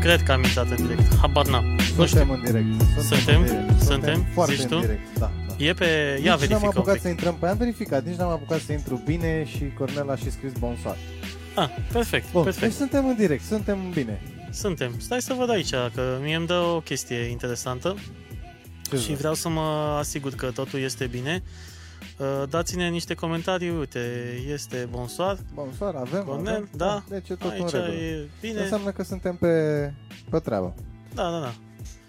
Cred că am intrat în direct. Habar n-am. Nu Suntem știu. în direct. Suntem? În direct. Suntem? Foarte Zici în tu? direct, da. da. E pe... Ia nici n-am verifică un apucat pic. să intrăm pe am verificat, nici n-am apucat să intru bine și Cornel a și scris bonsoir. Ah, perfect, Bun, deci perfect. suntem în direct, suntem bine. Suntem. Stai să văd aici, că mie îmi dă o chestie interesantă Ce și vrei? vreau să mă asigur că totul este bine. Uh, Dați-ne niște comentarii, uite, este bonsoir, Bonsoir, avem, Cornel, avem. da. Deci e tot în aici regulă. e bine, Înseamnă că suntem pe, pe treabă. da, da, da.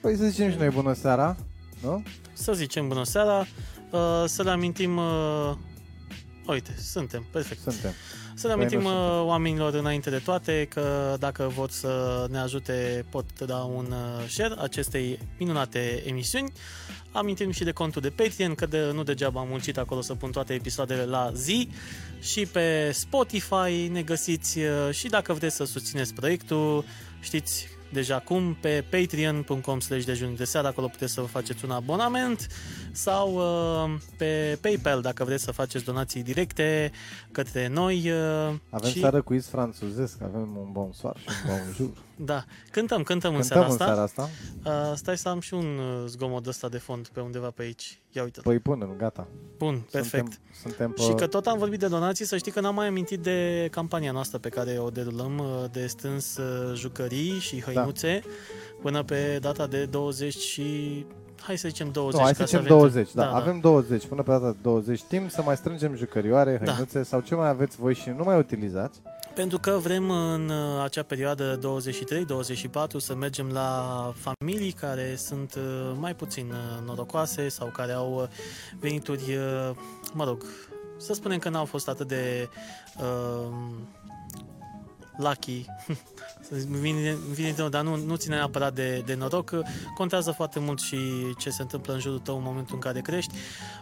Păi să zicem și noi bună seara, nu? Să zicem bună seara, uh, să le amintim, uh, uite, suntem, perfect. Suntem. Să le amintim Păi, nu uh, oamenilor înainte de toate că dacă vor să ne ajute pot da un uh, share acestei minunate emisiuni. Amintim și de contul de Patreon, că de, nu degeaba am muncit acolo să pun toate episoadele la zi. Și pe Spotify ne găsiți uh, și dacă vreți să susțineți proiectul, știți deja cum, pe patreon.com slash dejunul de seară, acolo puteți să vă faceți un abonament sau uh, pe PayPal dacă vreți să faceți donații directe către noi. uh, Avem și, seară cu iz franțuzesc, avem un bonsoir și un bonjour. Da, cântăm, cântăm, cântăm în seara Cântăm în asta. seara asta? Uh, stai să am și un uh, zgomot ăsta de fond pe undeva pe aici. Ia uite Păi punem, gata. Bun, perfect. Suntem, suntem pe... Și că tot am vorbit de donații, să știi că n-am mai amintit de campania noastră pe care o derulăm uh, de stâns uh, jucării și Da. hăinuțe până pe data de 20 și... Hai să zicem 20. Nu, hai ca să zicem avem- 20, da, avem 20, până pe data de 20 timp să mai strângem jucărioare, Da. hăinuțe sau ce mai aveți voi și nu mai utilizați. Pentru că vrem în uh, acea perioadă 23-24 să mergem la familii care sunt uh, mai puțin uh, norocoase sau care au uh, venituri, uh, mă rog, să spunem că n-au fost atât de uh, lucky, Să zic, vine, vine din nou, dar nu, nu ține neapărat de, de noroc. Contează foarte mult și ce se întâmplă în jurul tău în momentul în care crești.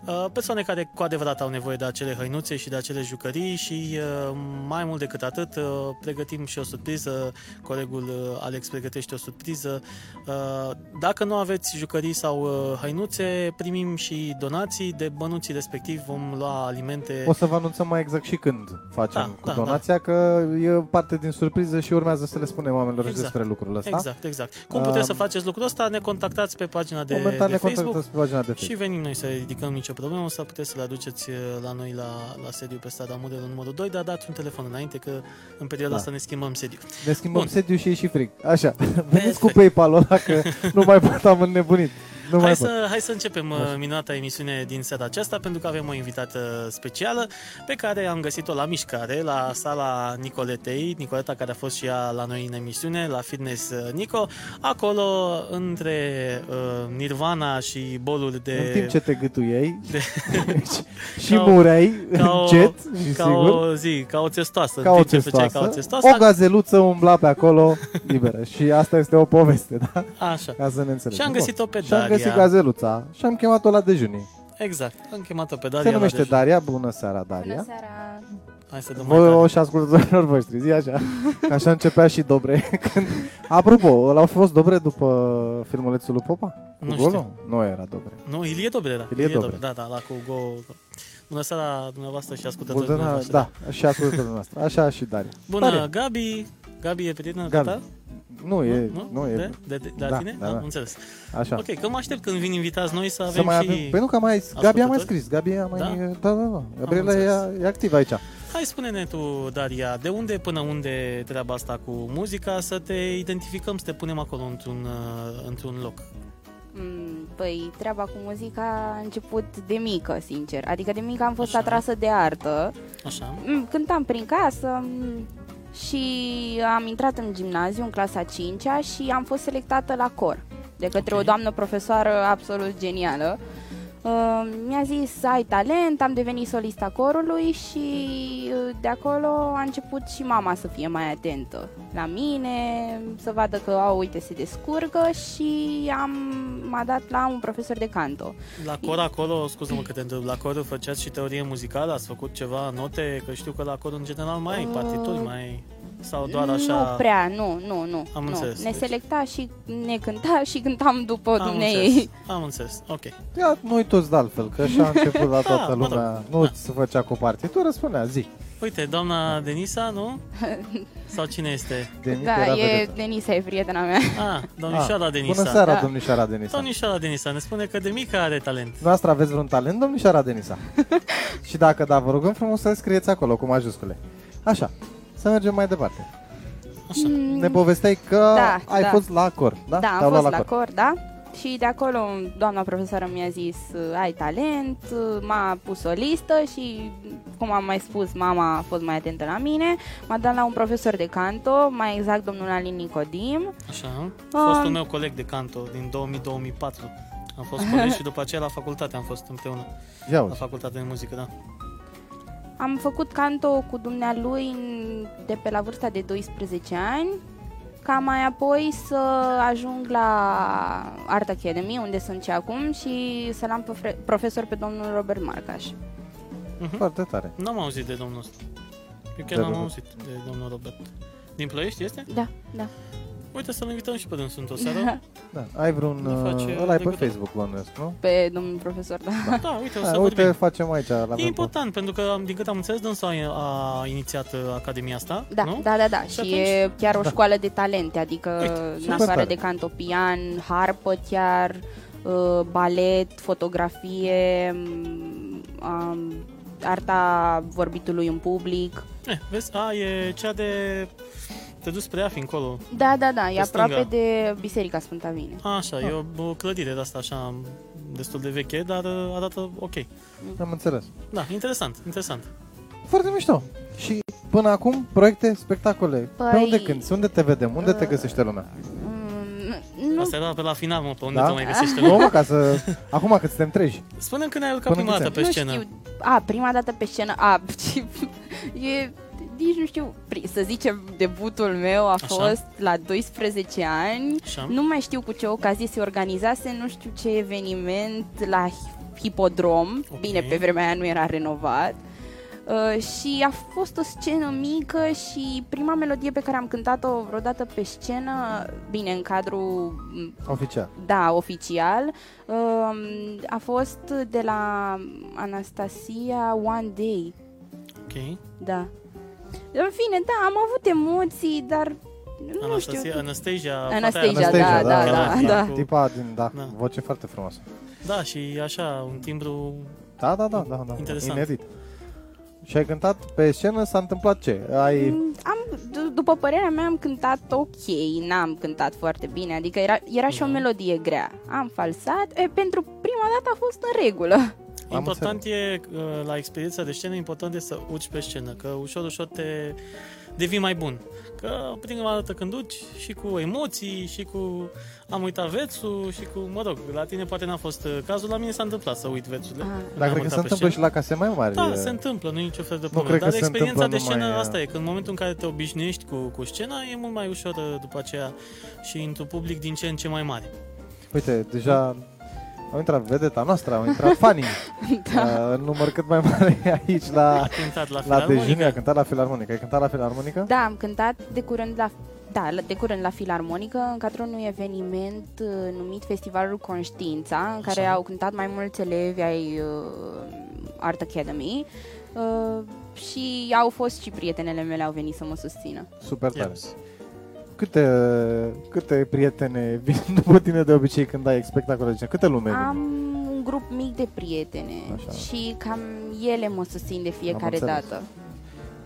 Uh, Persoane care cu adevărat au nevoie de acele hăinuțe și de acele jucării și uh, mai mult decât atât uh, pregătim și o surpriză. Colegul uh, Alex pregătește o surpriză. Uh, Dacă nu aveți jucării sau uh, hăinuțe, primim și donații de bănuții respectiv. Vom lua alimente. O să vă anunțăm mai exact și când facem Deci- Da, cu da, donația, că e parte din surpriză și urmează să le spunem oamenilor și Exact. despre lucrul ăsta. Exact, exact. Cum puteți să Um, faceți lucrul ăsta? Ne contactați pe pagina de, Da? Momentan de ne Facebook. contactați pe pagina de Și Facebook. venim noi să ridicăm nicio problemă, o să puteți să le aduceți uh, la noi la, la sediu pe strada Mudelul numărul 2, dar dați un telefon înainte că în perioada Da. asta ne schimbăm sediu. Ne schimbăm Bun. sediu și e și frig. Așa, veniți cu PayPal-ul ăla că nu mai pot, am înnebunit. Nu mai Hai pot. să, hai să începem uh, Așa. minunata emisiune din seara aceasta pentru că avem o invitată specială pe care am găsit-o la mișcare, la sala Nicoletei, Nicoleta care a fost și ea la noi în emisiune, la Fitness uh, Nico, acolo între uh, Nirvana și bolul de... În timp ce te gâtuiei de- și Ca o- mureai ca o- încet și ca sigur. o zi, ca o testoasă. ca o testoasă, Ca o testoasă. o gazeluță umbla pe acolo liberă și asta este o poveste, da? Așa. Ca să ne înțelegem. Și am Bun. găsit-o pe Și am Daria. găsit gazeluța și am chemat-o la dejunii. Exact. Am chemat-o pe Daria. Se la numește dejun. Daria, bună seara Daria. Bună seara! Hai să dăm mai Voi tare. o și ascultătorilor voștri, zi așa. Că așa începea și Dobre. Când... Apropo, ăla a fost Dobre după filmulețul lui Popa? Cu Nu golul? știu. Nu era Dobre. Nu, Ilie Dobre era. Ilie Dobre. Da, da, la cu Go. Bună seara dumneavoastră și ascultătorii Bună, dumneavoastră. da, și ascultătorul noastră. Așa și Daria. Bună, Daria. Gabi. Gabi e prietena Gabi. ta? Nu, e, nu, e, de, de, de, de la da, tine? da, Ah, da. Am înțeles. așa. Ok, că mă aștept când vin invitați noi să avem Să mai și... avem... Păi nu, că mai... Gabi a mai ascultători? scris, Gabi a mai... Da, da, da. da. Gabriela înțeles. e, e activă aici. Hai spune-ne tu, Daria, de unde până unde treaba asta cu muzica, să te identificăm, să te punem acolo într-un, uh, într-un loc. Mm, Păi, treaba cu muzica a început de mică, sincer. Adică de mică am fost Așa. atrasă de artă. Așa. Mm, Cântam prin casă mm, și am intrat în gimnaziu, în clasa 5 și am fost selectată la cor de către Ok. o doamnă profesoară absolut genială. Uh, Mi-a zis, ai talent, am devenit solista corului și uh, de acolo a început și mama să fie mai atentă la mine, să vadă că, au, uite, se descurcă și am, m-a dat la un profesor de canto. La cor acolo, scuză-mă că te întreb, la cor făceați și teorie muzicală? Ați făcut ceva note? Că știu că la cor în general mai ai Uh, partituri, mai ai- sau doar așa... Nu prea, nu, nu, nu. Am nu. înțeles, Ne deci- selecta și ne cânta și cântam după Am înțeles, dumneei. am înțeles, ok. Ia, noi toți de altfel, că așa a început la toată Da, mă rog. lumea. Nu se făcea cu partitură, spunea, zi. Uite, doamna Denisa, nu? Sau cine este? Denis Da, era e vedeta. Denisa, e prietena mea. Ah, domnișoara Ah, Denisa. Bună seara, Da. domnișoara Denisa. Domnișoara Denisa ne spune că de mică are talent. Noastră aveți vreun talent, domnișoara Denisa? și dacă da, vă rugăm frumos să scrieți acolo cu majuscule. Așa, să mergem mai departe. Așa. Ne povesteai că Da, ai da. fost la cor, da? Mm, Da, Te-au am luat fost la cor, da. Și de acolo doamna profesoară mi-a zis ai talent, m-a pus o listă și, cum am mai spus, mama a fost mai atentă la mine. M-a dat la un profesor de canto, mai exact domnul Alin Nicodim. Așa. Fostul meu coleg de canto din 2000-2004. Am fost colegi și după aceea la facultate am fost împreună. Ia La uzi. facultate de muzică, da. Am făcut canto cu dumnealui în- de pe la vârsta de 12 ani, ca mai apoi să ajung la Art Academy, unde sunt și acum, și să l-am pe fre- profesor pe domnul Robert Marcaș. Mhm. Foarte tare. N-am auzit de domnul ăsta. Eu De chiar n-am Robert. auzit de domnul Robert. Din Ploiești este? Da, da. Uite să-l invităm și pe dânsul într-o seară. Da. Ai vreun... Ne face uh, Ăla ai pe legătură. Facebook, bănuiesc, nu? Pe domnul profesor, da. Da, uite, o să Da, vorbim. uite, facem aici la E vreo- important, pentru că, am- din câte am înțeles, dânsul a, a inițiat uh, academia asta, Da, nu? da, da, da. Și Și, atunci- e chiar o Da. școală de talente, adică Uite, în super afară tare. de cantopian, harpă chiar, uh, balet, fotografie, mm, um, arta vorbitului în public. Eh, vezi, a, e cea de... Te duci spre Afi încolo. Da, da, da, e Pe aproape stânga. de Biserica Sfânta Vine. A, așa, e Ah. o, o clădire de asta așa destul de veche, dar uh, arată ok. Am înțeles. Da, interesant, interesant. Foarte mișto. Și până acum, proiecte, spectacole. Pe Păi- unde cânti? Unde te vedem? Unde te găsește lumea? Mm, nu, Asta era pe la final, mă, pe unde Da? te mai găsești. Nu, mă, ca să... Acum că suntem treji. Spune-mi când ai urcat Până prima când dată pe nu scenă. știu. A, prima dată pe scenă, a, e, nici nu știu, pri- să zicem, debutul meu a Așa. fost la 12 ani. Așa. Nu mai știu cu ce ocazie se organizase, nu știu ce eveniment la hi- hipodrom. Ok. Bine, pe vremea aia nu era renovat. Uh, și a fost o scenă mică și prima melodie pe care am cântat-o vreodată pe scenă, bine, în cadrul, m, Oficial. da, oficial, uh, a fost de la Anastasia One Day, Ok. da. În fine, da, am avut emoții, dar nu Anastasia, știu. Anastasia. Anastasia, poate aia- da, da, Anastasia, da, cu- Tipa din, da, Da. voce foarte frumoasă. Da, și așa, un timbru... Da, da, da, da, da. Interesant. Inedit. Și ai cântat pe scenă, s-a întâmplat ce? Ai... Mm, Am, d- după părerea mea am cântat ok, n-am cântat foarte bine, adică era, era și o Da. melodie grea. Am falsat, e, pentru prima dată a fost în regulă. Am Important e, uh, la experiența de scenă, important e să urci pe scenă, că ușor, ușor te devii mai bun. Că prima dată când duci și cu emoții și cu am uitat vețul și cu, mă rog, la tine poate n-a fost uh, cazul, la mine s-a întâmplat să uit vețurile. Ah. când Dar am cred că urcat se pe întâmplă scenă. și la case mai mari. Da, e, se întâmplă, nu e nicio fel de cred problemă. că Dar se experiența de întâmplă scenă numai, asta e, că în momentul în care te obișnuiești cu, cu scena, e mult mai ușor uh, după aceea și într-un public din ce în ce mai mare. Uite, deja au intrat vedeta noastră, au intrat fanii. da. În număr cât mai mare aici A la... cântat la, adică Da. La Filarmonică. dejun a cântat la filarmonică. Ai cântat la filarmonică? Da, am cântat de curând la da, la- de curând la Filarmonică, în cadrul unui eveniment uh, numit Festivalul Conștiința, în care Așa. au cântat mai mulți elevi ai uh, Art Academy uh, și au fost și prietenele mele au venit să mă susțină. Super tare. Yes. Câte, câte prietene vin după tine de obicei când ai spectacole? de- Câte lume Am vine? un grup mic de prietene Așa. și cam ele mă susțin de fiecare înțeles. dată.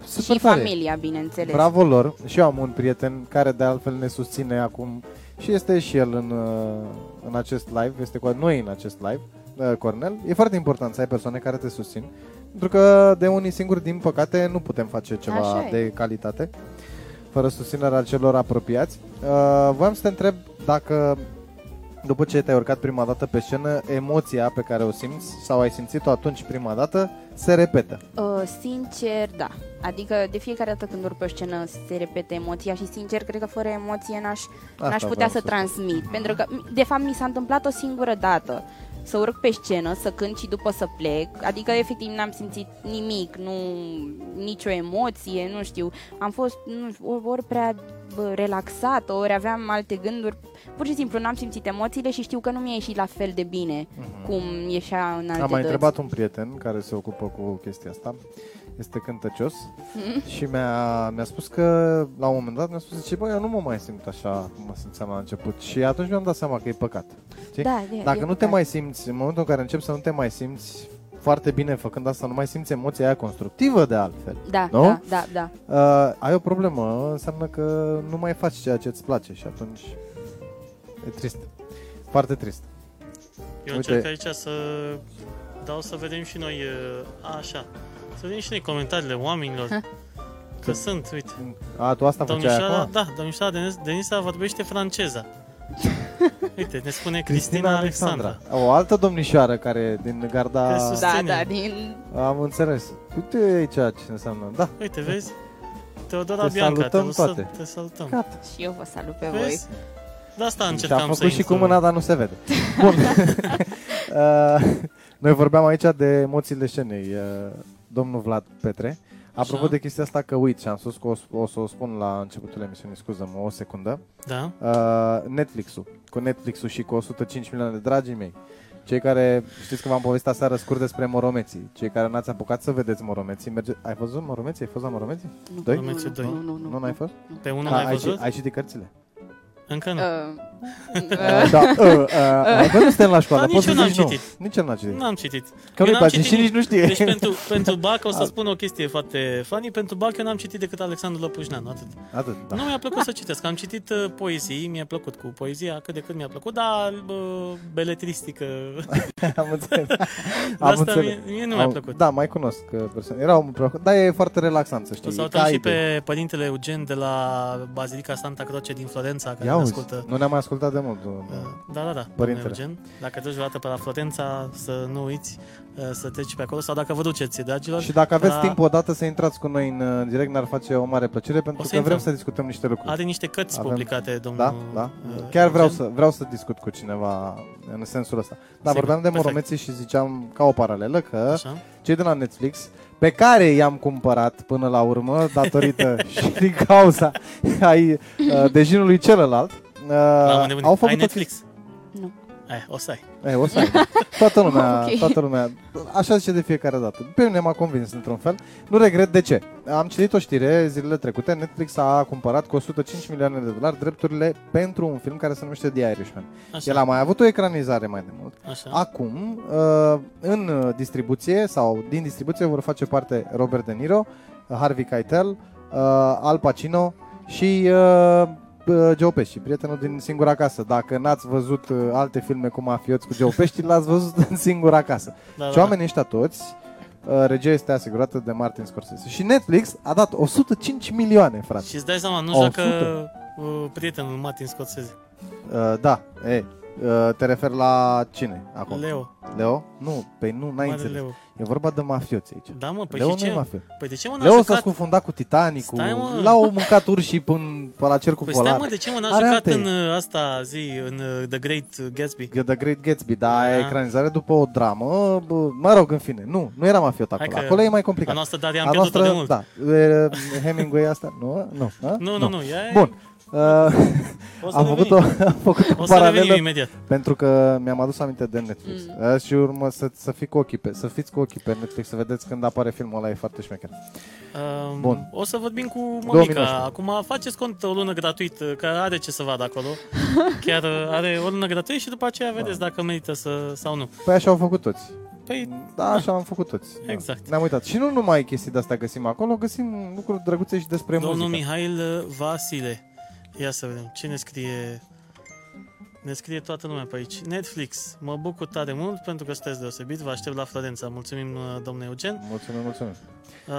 Super și tare. familia, bineînțeles. Bravo lor. Și eu am un prieten care de altfel ne susține acum și este și el în, uh, în acest live, este cu noi în acest live, uh, Cornel. E foarte important să ai persoane care te susțin, pentru că de unii singuri, din păcate, nu putem face ceva Așa e. de calitate fără susținerea celor apropiați. Uh, Voiam să te întreb dacă după ce te-ai urcat prima dată pe scenă, emoția pe care o simți sau ai simțit-o atunci prima dată se repetă. Uh, sincer, da. Adică de fiecare dată când urc pe o scenă se repete emoția și sincer, cred că fără emoție n-aș, n-aș Asta putea vreau să să- transmit. Pentru că, de fapt, mi s-a întâmplat o singură dată să urc pe scenă, să cânt și după să plec. Adică, efectiv, n-am simțit nimic, nu nicio emoție, nu știu. Am fost nu, știu, ori- ori prea bă, relaxată, ori aveam alte gânduri. Pur și simplu n-am simțit emoțiile și știu că nu mi-a ieșit la fel de bine cum ieșea în alte Mhm. Am mai dăți. întrebat un prieten care se ocupă cu chestia asta este cântăcios Mm. și mi-a, mi-a spus că la un moment dat mi-a spus și bă, eu nu mă mai simt așa cum mă simțeam la început și atunci mi-am dat seama că e păcat. Știi? Da, e- Dacă e nu te păcat. mai simți, în momentul în care începi să nu te mai simți foarte bine făcând asta, nu mai simți emoția aia constructivă de altfel. Da, nu? da, da, da. Uh, ai o problemă, înseamnă că nu mai faci ceea ce îți place și atunci e trist. Foarte trist. Eu Uite. încerc aici să dau să vedem și noi, uh, așa, să vedem și noi comentariile oamenilor. Că sunt, uite. A, tu asta făceai Domnișoara, acum? da, domnișoara Denis- Denisa vorbește franceza. Uite, ne spune Cristina Cristina Alexandra. O altă domnișoară care din Că garda... sus- Da, Susținem. da, din... Am înțeles. Uite aici ce înseamnă. Da, Uite, vezi? Teodora Te Bianca, te, salutăm să- toate. te salutăm. gata. Și eu vă salut pe voi. Vezi? De asta Și a Da, încercam să făcut și cu intru. mâna, dar nu se vede. Bun. Uh, Noi vorbeam aici de emoțiile scenei, uh, domnul Vlad Petre. Apropo Așa. de chestia asta că uit și am spus că o, s- o să o spun la începutul emisiunii, scuză-mă, o secundă. Da, Uh, Netflix-ul, cu Netflix-ul și cu 105 milioane de dragii mei. Cei care, știți că v-am povestit aseară scurt despre moromeții, cei care n-ați apucat să vedeți moromeții, merge... ai văzut moromeții? Ai fost la moromeții? Nu, Doi? nu, nu, Urmeți doi. Nu, nu, Nu, nu. nu n-ai fost? pe unul A, l-ai ai, văzut? ci- ai citit cărțile? Încă Da. nu. Uh, Uh, da, uh, uh, hai, bă, nu suntem la școală, Dar Da, nici poți eu să n-am zici nu. citit. Nici el n-a citit. N-am citit. Că Eu nu-i n-am place citit și nici nu știe. Deci pentru, pentru Bac o să spun o chestie foarte funny. Pentru Bac eu n-am citit decât Alexandru Lăpușneanu, atât. Atât, da. Nu mi-a plăcut să citesc. Am citit uh, poezii, mi-a plăcut cu poezia, cât de cât mi-a plăcut, dar uh, beletristică. Am înțeles. Am asta mie, mie nu mi-a Am- plăcut. Da, mai cunosc uh, persoane. Era un plăcut, dar e foarte relaxant, să O știi. să e salutăm ca și idee. pe părintele Eugen de la Bazilica Santa Croce din Florența, care Ia ne uzi, ascultă. nu ne-am mai ascultat de mult. uh, Da, da, da, domnule Părintele. Eugen. Dacă treci vreodată pe la Florența, să nu uiți uh, să treci pe acolo sau dacă vă duceți, dragilor. Și dacă aveți la- timp odată să intrați cu noi în, uh, în direct, ne-ar face o mare plăcere, pentru să că vrem intrăm. să discutăm niște lucruri. Are niște cărți Avem- publicate, domnul Da, da. uh, Chiar vreau Eugen. să, vreau să discut cu cineva în sensul ăsta. Sigur, Dar vorbeam de perfect. moromeții și ziceam ca o paralelă că Așa. cei de la Netflix, pe care i-am cumpărat până la urmă, datorită și din cauza ai uh, dejinului celălalt, uh, La mâine bună. au făcut Ai o Netflix? Nu. Ai, o să ai. chesti- Eh, o să ai. Toată lumea, Ok. toată lumea, așa zice de fiecare dată. Pe mine m-a convins într-un fel. Nu regret de ce. Am citit o știre zilele trecute, Netflix a cumpărat cu 105 milioane de dolari drepturile pentru un film care se numește The Irishman. Așa, El a mai avut o ecranizare mai de mult. așa. Acum, uh, în uh, distribuție sau din distribuție vor face parte Robert De Niro, Harvey Keitel, uh, Al Pacino și uh, uh, Joe Pesci, prietenul din Singura Casă. Dacă n-ați văzut uh, alte filme cu mafioți cu Joe Pesci, l-ați văzut în Singura Casă. Da, Și oamenii ăștia toți, uh, regia este asigurată de Martin Scorsese. Și Netflix a dat 105 milioane, frate. Și îți dai seama, nu O joacă sută. uh, prietenul Martin Scorsese. Uh, da, e, uh, te refer la cine acum? Leo, Leo? Nu, pe nu, n-ai mare înțeles. Leo. E vorba de mafioți aici. Da, mă, păi Leo și nu e ce? mafiot. Păi de ce mă n-a Leo s-a jucat? scufundat cu Titanic-ul. Stai, mă. L-au mâncat urșii până pe la cercul Păi stai, polar. mă, de ce mă n-a Are jucat alte- în uh, asta zi, în uh, The Great Gatsby? E The Great Gatsby, dar Da. e ecranizare după o dramă, bă, mă rog, în fine, nu, nu era mafiot Hai acolo, că acolo e mai A complicat. noastră, dar am pierdut-o de mult. da, E, Hemingway asta, nu, nu, a? Nu, nu, nu, ea e- Bun, uh, O să am revenim. făcut o, am făcut o O să revenim paralelă imediat. pentru că mi-am adus aminte de Netflix. Mm. Și urmă să, să, fii cu ochii pe, să fiți cu ochii pe Netflix, să vedeți când apare filmul ăla, e foarte șmecher. Um, Bun. O să vorbim cu minute. mămica. Acum faceți cont o lună gratuit, uh, că are ce să vadă acolo. Chiar uh, are o lună gratuit și după aceea vedeți Da. dacă merită să, sau nu. Păi așa au făcut toți. Păi, Da, așa am făcut toți. Da. Exact. Ne-am uitat. Și nu numai chestii de astea găsim acolo, găsim lucruri drăguțe și despre domnul muzică. Mihail uh, Vasile. Ia să vedem. Ce ne scrie? Ne scrie toată lumea pe aici. Netflix. Mă bucur tare mult pentru că sunteți deosebit. Vă aștept la Florența. Mulțumim, uh, domnule Eugen. Mulțumim, mulțumim. Uh,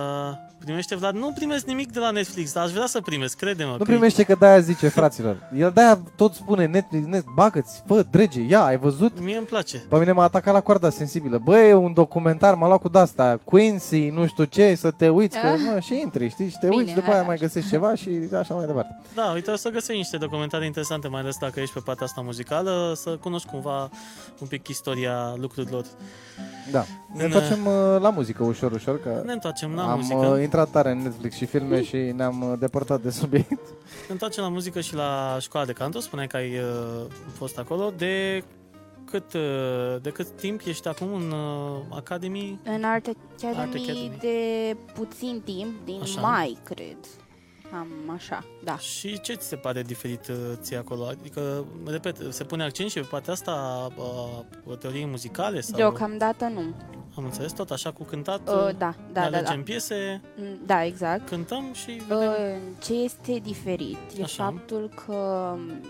primește Vlad? Nu primesc nimic de la Netflix, dar aș vrea să primesc, crede-mă. că Nu primește că de-aia zice, fraților. El de-aia tot spune, net, net, bagă-ți, fă, drege, ia, ai văzut? Mie îmi place. Pe mine m-a atacat la coarda sensibilă. Bă, e un documentar, m-a luat cu de-asta, Quincy, nu știu ce, să te uiți, că, mă, și intri, știi, și te Ah. Bine, uiți, după hai, aia așa. mai găsești ceva și așa mai departe. Da, uite, o să găsești niște documentare interesante, mai ales dacă ești pe partea asta muzicală, să cunoști cumva un pic istoria lucrurilor. Da. În, Ne întoarcem uh, la muzică ușor, ușor, că Ne întoarcem la am muzică. uh, intrat tare în Netflix și filme și ne-am uh, depărtat de subiect. Ne întoarcem la muzică și la școala de canto, spuneai că ai uh, fost acolo, de cât, uh, de cât timp ești acum în uh, Academy? În Art Academy, Art Academy. de puțin timp, din Așa. așa. mai, cred. Am așa, da. Și ce ți se pare diferit uh, ție acolo? Adică, repet, se pune accent și pe partea asta uh, teoriei muzicale? Sau... Deocamdată nu. Am înțeles tot așa cu cântat? Uh, da, da, ne da, da. alegem piese, Mm, Da, exact. cântăm și vedem. Uh, Ce este diferit Așa. e Așa. faptul că mm,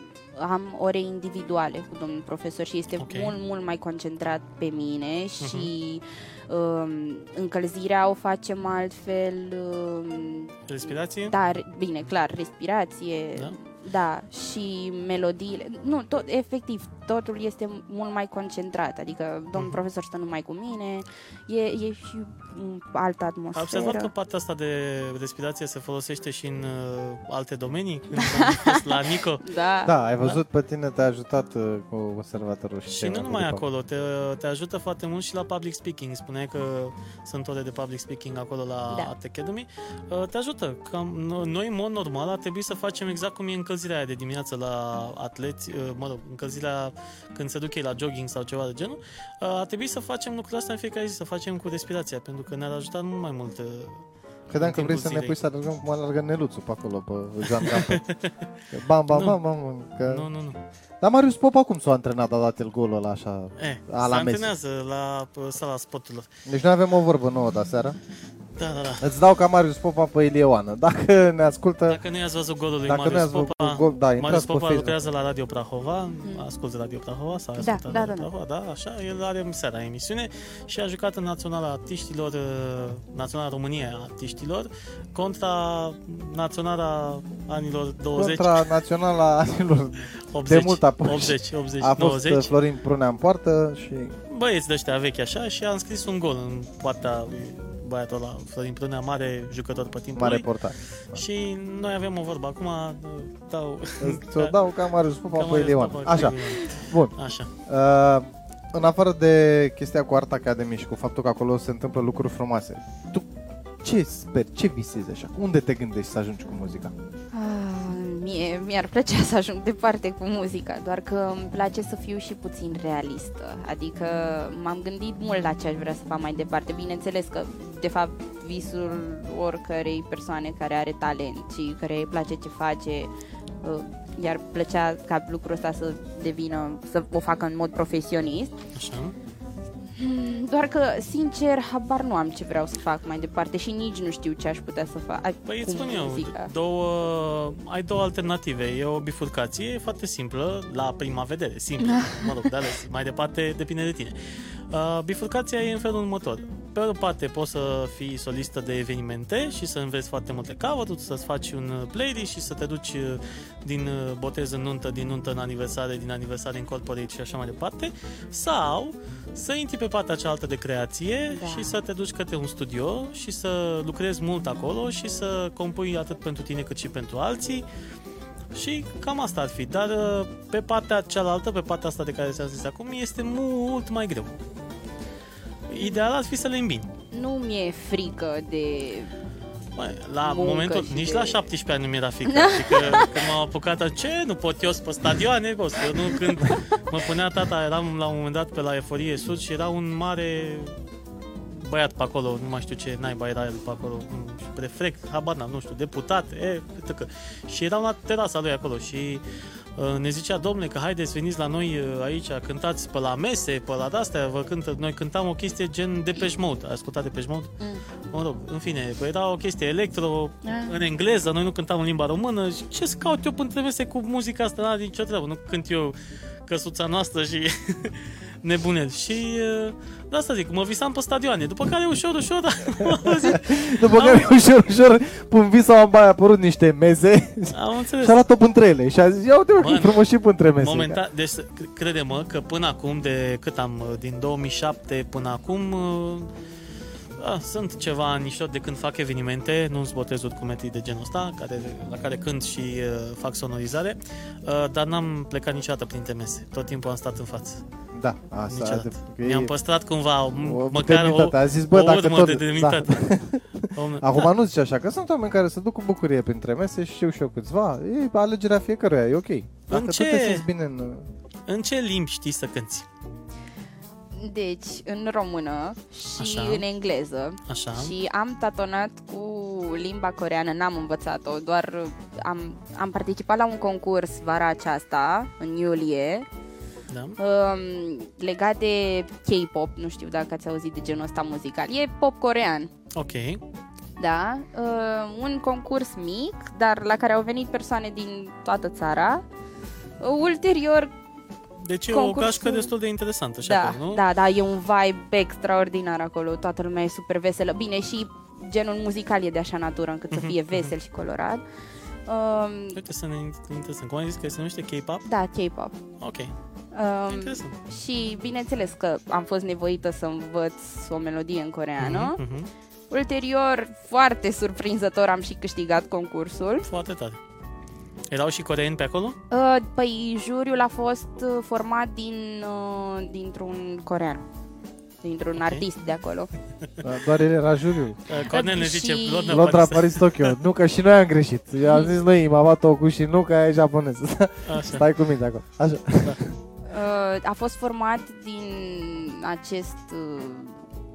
am ore individuale cu domnul profesor și este Ok. Mhm. okay. mult, mult mai concentrat pe mine și um, încălzirea o facem altfel, um, Respirație? dar, bine, clar, respirație, Da? da, și melodiile, nu, tot, efectiv, totul este mult mai concentrat, adică domnul Mhm. profesor stă numai cu mine, e, e și um, altă Ai observat că atmosferă. partea asta de respirație se folosește și în uh, alte domenii? Când am fost la Nico. Da, Da, ai văzut pe tine, te-a ajutat uh, cu observatorul. Și tema nu de numai după. acolo, te, uh, te ajută foarte mult și la public speaking. Spuneai că sunt ore de public speaking acolo la da. Da. Art Academy. Uh, Te ajută. Că no- noi, în mod normal, ar trebui să facem exact cum e încălzirea aia de dimineață la atleți, uh, mă rog, încălzirea când se duc ei la jogging sau ceva de genul. Uh, Ar trebui să facem lucrul ăsta în fiecare zi, să facem cu respirația, pentru că ne-ar ajuta mult mai mult. uh, Credeam în că timpul vrei să ne zilei. pui să alergăm cum alergă Neluțu pe acolo, pe Jean Capăt. Că bam, bam, Nu. bam, bam, că... Nu, nu, nu. Dar Marius Popa cum s-a antrenat, a dat el golul ăla așa? Eh, A, se la Messi. antrenează la uh, sala spoturilor. Deci noi avem o vorbă nouă de seara. Da, da, da. Îți dau ca Marius Popa pe Ilioană. Dacă ne ascultă, Dacă nu i-ați văzut golul lui Dacă nu Marius i-ați văzut Popa, gol- da, Marius intrați pe Popa Facebook. lucrează la Radio Prahova, mm. ascultă Radio Prahova sau Da, ascultă da, Radio da, da. Prahova, da, așa, el are în seara emisiune și a jucat în Naționala Artiștilor, uh, Naționala României a Artiștilor, contra Naționala anilor 20, contra naționala anilor 80, de mult a fost. 80, 80, a fost 90. uh, Florin Prunea în poartă și băieți de ăștia vechi așa și a înscris un gol în partea lui băiatul ăla, Florin Prunea, mare jucător pe timpul mare lui. portar. Și noi avem o vorbă acum, uh, dau... Da. Îți- Ți-o dau ca Marius Popa Cam pe aia Ilioană. stau pe Așa, Ilioan. bun. Așa. Uh, în afară de chestia cu Art Academy și cu faptul că acolo se întâmplă lucruri frumoase, tu ce speri, ce visezi așa? Unde te gândești să ajungi cu muzica? Ah, Mie, mi-ar plăcea să ajung departe cu muzica, doar că îmi place să fiu și puțin realistă. Adică m-am gândit mult la ce aș vrea să fac mai departe. Bineînțeles că, de fapt, visul oricărei persoane care are talent și care îi place ce face, uh, i-ar plăcea ca lucrul ăsta să devină, să o facă în mod profesionist. Așa. Mm, Doar că, sincer, habar nu am ce vreau să fac mai departe și nici nu știu ce aș putea să fac. Păi cu îți spun eu, muzica. două, ai două alternative. E o bifurcație, e foarte simplă, la prima vedere, simplă. mă rog, dar mai departe depinde de tine. Uh, bifurcația e în felul următor. Pe o parte poți să fii solistă de evenimente și să înveți foarte multe cover să-ți faci un uh, playlist și să te duci uh, din uh, botez în nuntă, din nuntă în aniversare, din aniversare în corporate și așa mai departe. Sau să intri pe partea cealaltă de creație Da. și să te duci către un studio și să lucrezi mult acolo și să compui atât pentru tine cât și pentru alții. Și cam asta ar fi, dar uh, pe partea cealaltă, pe partea asta de care ți-am zis acum, este mult mai greu. Ideal ar fi să le îmbini. Nu mi-e frică de... Bă, la Muncă momentul, și nici de- Da. la 17 ani nu mi-era frică. Adică când m-am apucat, a- ce, nu pot eu să pe stadioane, boss, eu nu, când mă punea tata, eram la un moment dat pe la Eforie Sud și era un mare băiat pe acolo, nu mai știu ce naiba era el pe acolo, un prefect, habar n-am, nu știu, deputat, e, tăcă. Și eram la terasa lui acolo și uh, ne zicea, domnule, că haideți, veniți la noi uh, aici, cântați pe la mese, pe la de-astea, vă cântă. Noi cântam o chestie gen Depeche Mode, ascultat Depeche Mode? Mm. Mă rog, în fine, păi era o chestie electro, Ah. în engleză, noi nu cântam în limba română și ce să caut eu până mese cu muzica asta, n-are nicio treabă, nu cânt eu căsuța noastră și nebunel. Și uh, de asta zic, mă visam pe stadioane, după care ușor, ușor, am zis, După care ușor, ușor, pun vis sau mai apărut niște meze am înțeles. și a luat-o între ele și a zis, ia uite mă, Bă, cum frumos și între mese. Momentan, deci cre- crede-mă că până acum, de cât am, uh, din 2007 până acum, uh, a, sunt ceva anișori de când fac evenimente, nu-mi zbotezuri cu metrii de genul ăsta, care, la care cânt și uh, fac sonorizare, uh, dar n-am plecat niciodată printre mese, tot timpul am stat în față, Da, asta niciodată. adevăr- că e- Mi-am păstrat cumva o, o măcar o, demnitate. A zis, bă, o dacă urmă tot- Da. de demnitate. da. Om- Acum nu zice așa, că sunt oameni care se duc cu bucurie printre mese și știu și eu câțiva. E alegerea fiecăruia, e ok. Dacă În tu ce- te simți bine în... În ce limbi știi să cânti? Deci, în română și Așa. Da. în engleză. Așa. Și am tatonat cu limba coreană, n-am învățat-o, doar uh, am, am participat la un concurs vara aceasta, în iulie, Da. um, legat de K-pop, nu știu dacă ați auzit de genul ăsta muzical, e pop corean. Ok. Da, uh, un concurs mic, dar la care au venit persoane din toată țara. Uh, ulterior, Deci e o Concursul- gașcă destul de interesantă și da, acolo, nu? da, da, e un vibe extraordinar acolo, toată lumea e super veselă. Bine, și genul muzical e de așa natură încât Mhm, să fie vesel și colorat. Um, Uite, să ne interesăm. Cum ai zis că se numește K-pop? da, K-pop. Ok. Um, Interesant. și bineînțeles că am fost nevoită să învăț o melodie în coreană. Mhm, mhm. Ulterior, foarte surprinzător, am și câștigat concursul. Foarte tare. Erau și coreeni pe acolo? Uh, Păi, juriul a fost uh, format din, uh, dintr-un corean, dintr-un Ok. artist de acolo. Da, Doar el era juriul. Uh, Cornel ne Și- zice Londra, Londra, Paris. Paris, Tokyo. Nu, că și noi am greșit. Eu am zis noi, m-am luat cu și nu, că e japonez. Așa. Stai cu minte acolo. Așa. Uh, A fost format din acest uh,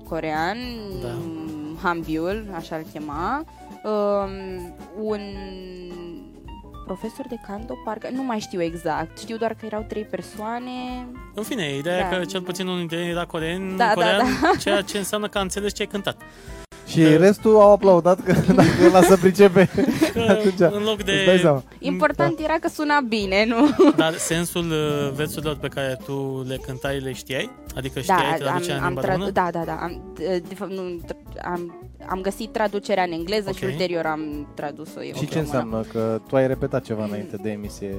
corean, Da. um, Hambiul, așa îl chema, um, un profesor de canto, parcă, nu mai știu exact, știu doar că erau trei persoane, În fine, ideea Da. e că cel puțin unul dintre ei era coreen, Da, da, corean, ceea ce înseamnă că a înțeles ce ai cântat. Da. Și restul au aplaudat că dacă el lasă pricepe, atunci Că, în loc îți dai de... seama. Important Da. era că suna bine, nu? Dar sensul uh, versurilor pe care tu le cântai le știai? Adică știai Da, traducerea în am, limba română? da, da, da, am, de fapt, nu, tra- am, am găsit traducerea în engleză și Ok. ulterior am tradus-o eu. Și ce în română. înseamnă? Că tu ai repetat ceva înainte de emisie.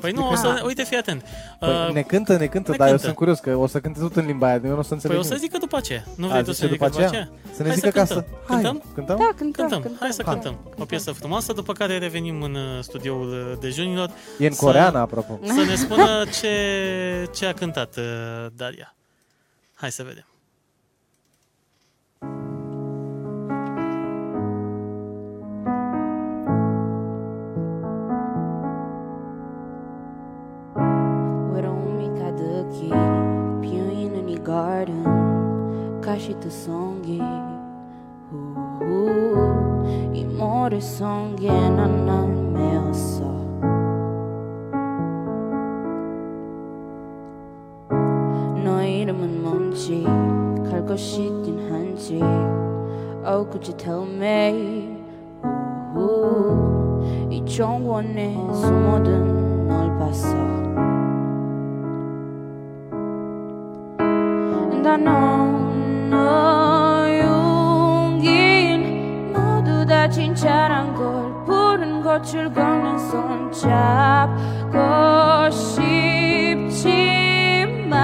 Păi nu, o Explică-ne. Ah. să, uite, fii atent. Păi Uh, ne cântă, ne cântă, ne dar eu cântă. sunt curios că o să cânte tot în limba aia, de eu nu o să Păi înțeleg o să nimic. zic că după aceea. Nu A, vrei tu zice să ne zic după după aceea? aceea? Să ne Hai zică să ca să... cântăm. Hai, Cântăm? cântăm? Da, cântăm, Cântăm. Hai să cântăm. O piesă frumoasă, după care revenim în uh, studioul uh, dejunilor E în Să- coreană, apropo. să ne spună ce, ce a cântat uh, Daria. Hai să vedem. 외로움이 가득히 비어있는 이 garden 가시트 성게 우우, 이 모래 성게 난난 매었어 너의 이름은 뭔지 갈 곳이 있긴 한지 Oh could you tell me 우우, 이 정원에 숨어든 널 봤어 다 너너 용인 모두 다 진짜란 걸 부른 것줄 걷는 손잡고 싶지만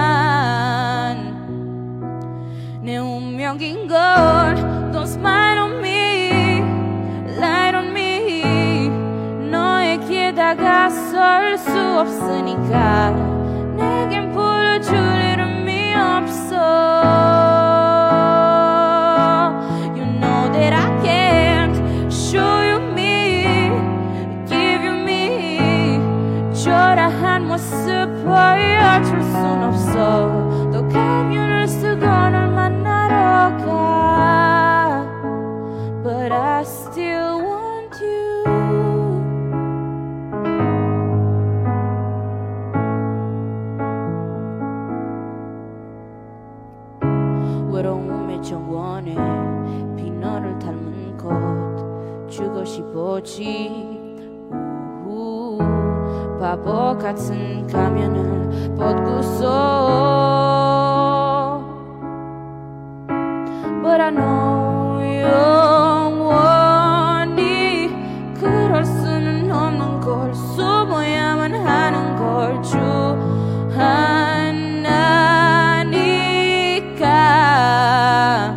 내 운명인 걸 Don't smile on me Light on me 너에게 다가설 수 없으니까 내겐 불러줄 이름이 없어 You know that I can't show you me Give you me 초라한 모습 보여줄 순 없어 또 감유를 쓰고 널 만나러 가 But I still want you 외로움의 정원에 비너를 닮은 것 죽었이 보지 우후 바보 같은 가면을 벗고서 But I know 영원히 그럴 수는 없는 걸 숨어야만 하는 걸주 하나니까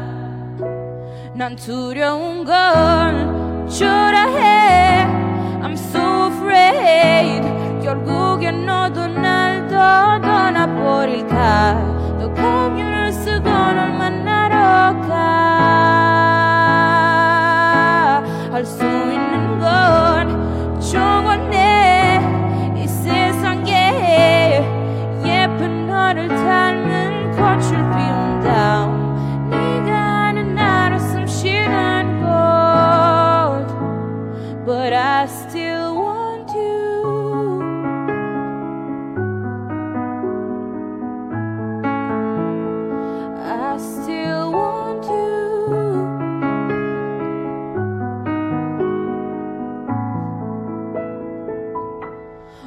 난 두려운 걸 초라해 I'm so afraid 결국엔 너도 날 더 떠나버릴까 또 감유를 쓰고 널 만나러 가할 수 있는 건 조건에 이 세상에 예쁜 너를 닮은 꽃을 피워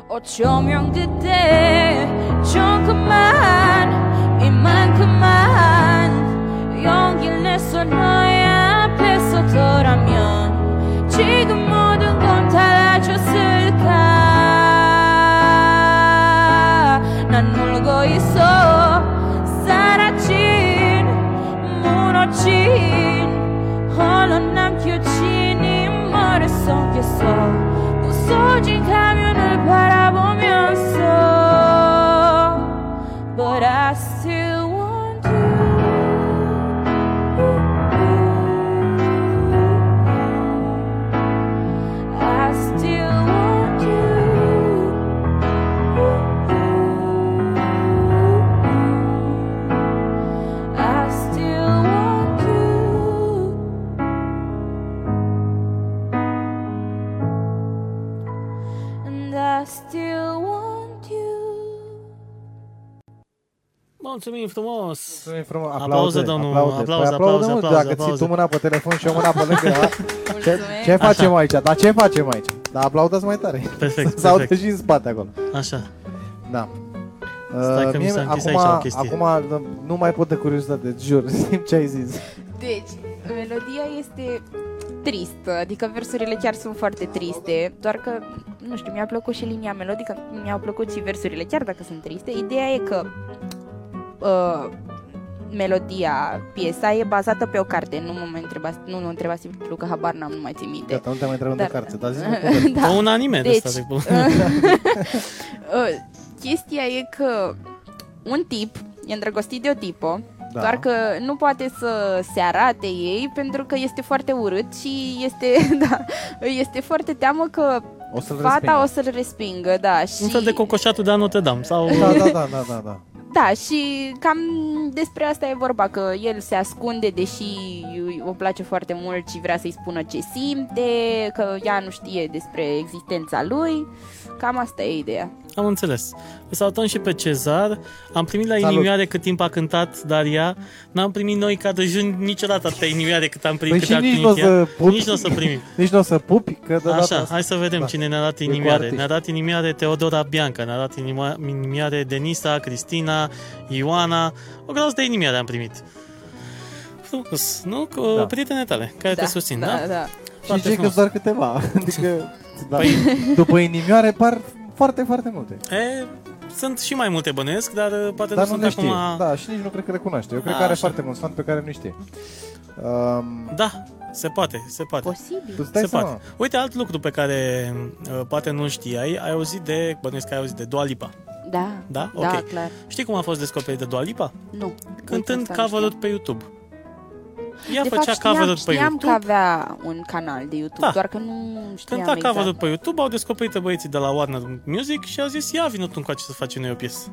어쩌면 그때 좀 그만 이만 그만 용기를 내서 너의 앞에 서더라면 지금 모든 건 달라졌을까 난 울고 있어 사라진 무너진 홀로 남겨진 이 머릿속에서 부서진 가면을 바라보면서 But I still want you I still want you I still want you And I still want you. Mulțumim frumos! Mulțumim frumos. Aplaude, Aplauze, domnul. Aplauze, Aplauze, Păi aplaudă, aplauze, mă, aplauze, Dacă ții aplauze. tu mâna pe telefon și eu mâna pe lângă ea, ce, Mulțumim. ce facem aici? Dar ce facem aici? Dar aplaudați mai tare. Perfect, Sau perfect. și în spate acolo. Așa. Da. Stai Uh, că mi mie- s-a închis acum, aici o chestie. acum nu mai pot de curiozitate, jur, simt ce ai zis. Deci, melodia este tristă, adică versurile chiar sunt foarte triste, doar că, nu știu, mi-a plăcut și linia melodică, mi-au plăcut și versurile, chiar dacă sunt triste. Ideea e că uh, melodia, piesa e bazată pe o carte, nu mă întreba, nu, nu întreba simplu că habar n-am, nu mai țin minte. Gata, nu te mai întreb de Dar- carte, dar zi Da. Un anime de Deci, ăsta, zic. Uh, chestia e că un tip e îndrăgostit de o tipă, Da. da. doar că nu poate să se arate ei pentru că este foarte urât și este, da, este foarte teamă că O să-l fata respingă. o să-l respingă, da, și, Un fel de cocoșatul de la Notre Dame. Sau... Da, da, da, da, da, da. da, și cam despre asta e vorba, că el se ascunde deși îi- o place foarte mult și vrea să-i spună ce simte, că ea nu știe despre existența lui, cam asta e ideea. Am înțeles. Îl salutăm și pe Cezar. Am primit la Salut. inimioare cât timp a cântat Daria. N-am primit noi ca dejun niciodată atâta inimioare cât am Păi primit. și cât a nici primit nu o ea. să pup. Nici nu o să primim. Nici nu o să pupi, că de data Așa, asta- hai să vedem Da. da. cine ne-a dat cu inimioare. artiști. Ne-a dat inimioare Teodora Bianca, ne-a dat inima- inimioare Denisa, Cristina, Ioana. O groază de inimioare am primit. Frumos, nu? Cu Da. da. prietene tale, care da, te susțin, da? da, da. Și Foarte ce că frumos. Păi- doar câteva. Adică, da. după inimioare par foarte, foarte multe. E, sunt și mai multe bănuiesc, dar uh, poate Dar nu nu sunt le știe. acum... Da, și nici nu cred că le cunoaște. Eu cred A, că are așa. foarte mulți fani pe care nu știe. Um, Da, se poate, se poate. Posibil. tu Păi, stai se seama. poate. Uite, alt lucru pe care uh, poate nu știai, ai auzit de, bănuiesc că ai auzit de Dua Lipa. Da. Da? Da, Ok. clar. Știi cum a fost descoperită Dua Lipa? Nu. Cântând Uite, asta nu cover pe YouTube. Ea știam. de făcea fapt, știam, cover pe știam YouTube. că avea un canal de YouTube, Da. doar că nu știam Cânta exact. cover pe YouTube, au descoperit băieții de la Warner Music și au zis, ia vină tu încoace să facem noi o piesă.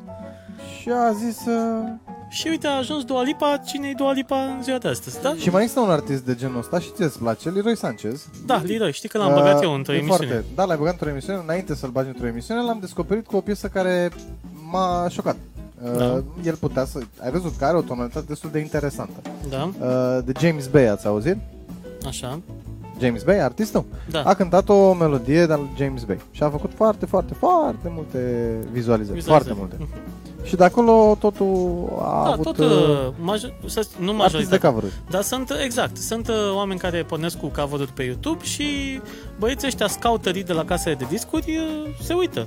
Și a zis... Uh, Și uite, a ajuns Dua Lipa, cine-i Dua Lipa în ziua de astăzi, da? și mai există un artist de genul ăsta și ți-e place, Leroy Sanchez. Da, Leroy, știi că l-am băgat eu într-o Uh, e emisiune. Foarte, da, l-ai băgat într-o emisiune, înainte să-l bagi într-o emisiune, l-am descoperit cu o piesă care m-a șocat. Uh, Da. El putea să... Ai văzut că are o tonalitate destul de interesantă. Da, Uh, de James Bay, ați auzit? așa. James Bay, artistul? Da. A cântat o melodie de la James Bay și a făcut foarte, foarte, foarte multe vizualizări. Foarte multe. Și de acolo totul a Da, avut tot, uh, uh, maj- să- nu artist de majoritatea, cover Dar sunt, exact, sunt uh, oameni care pornesc cu cover pe YouTube și băieții ăștia scautării de la casele de discuri uh, se uită.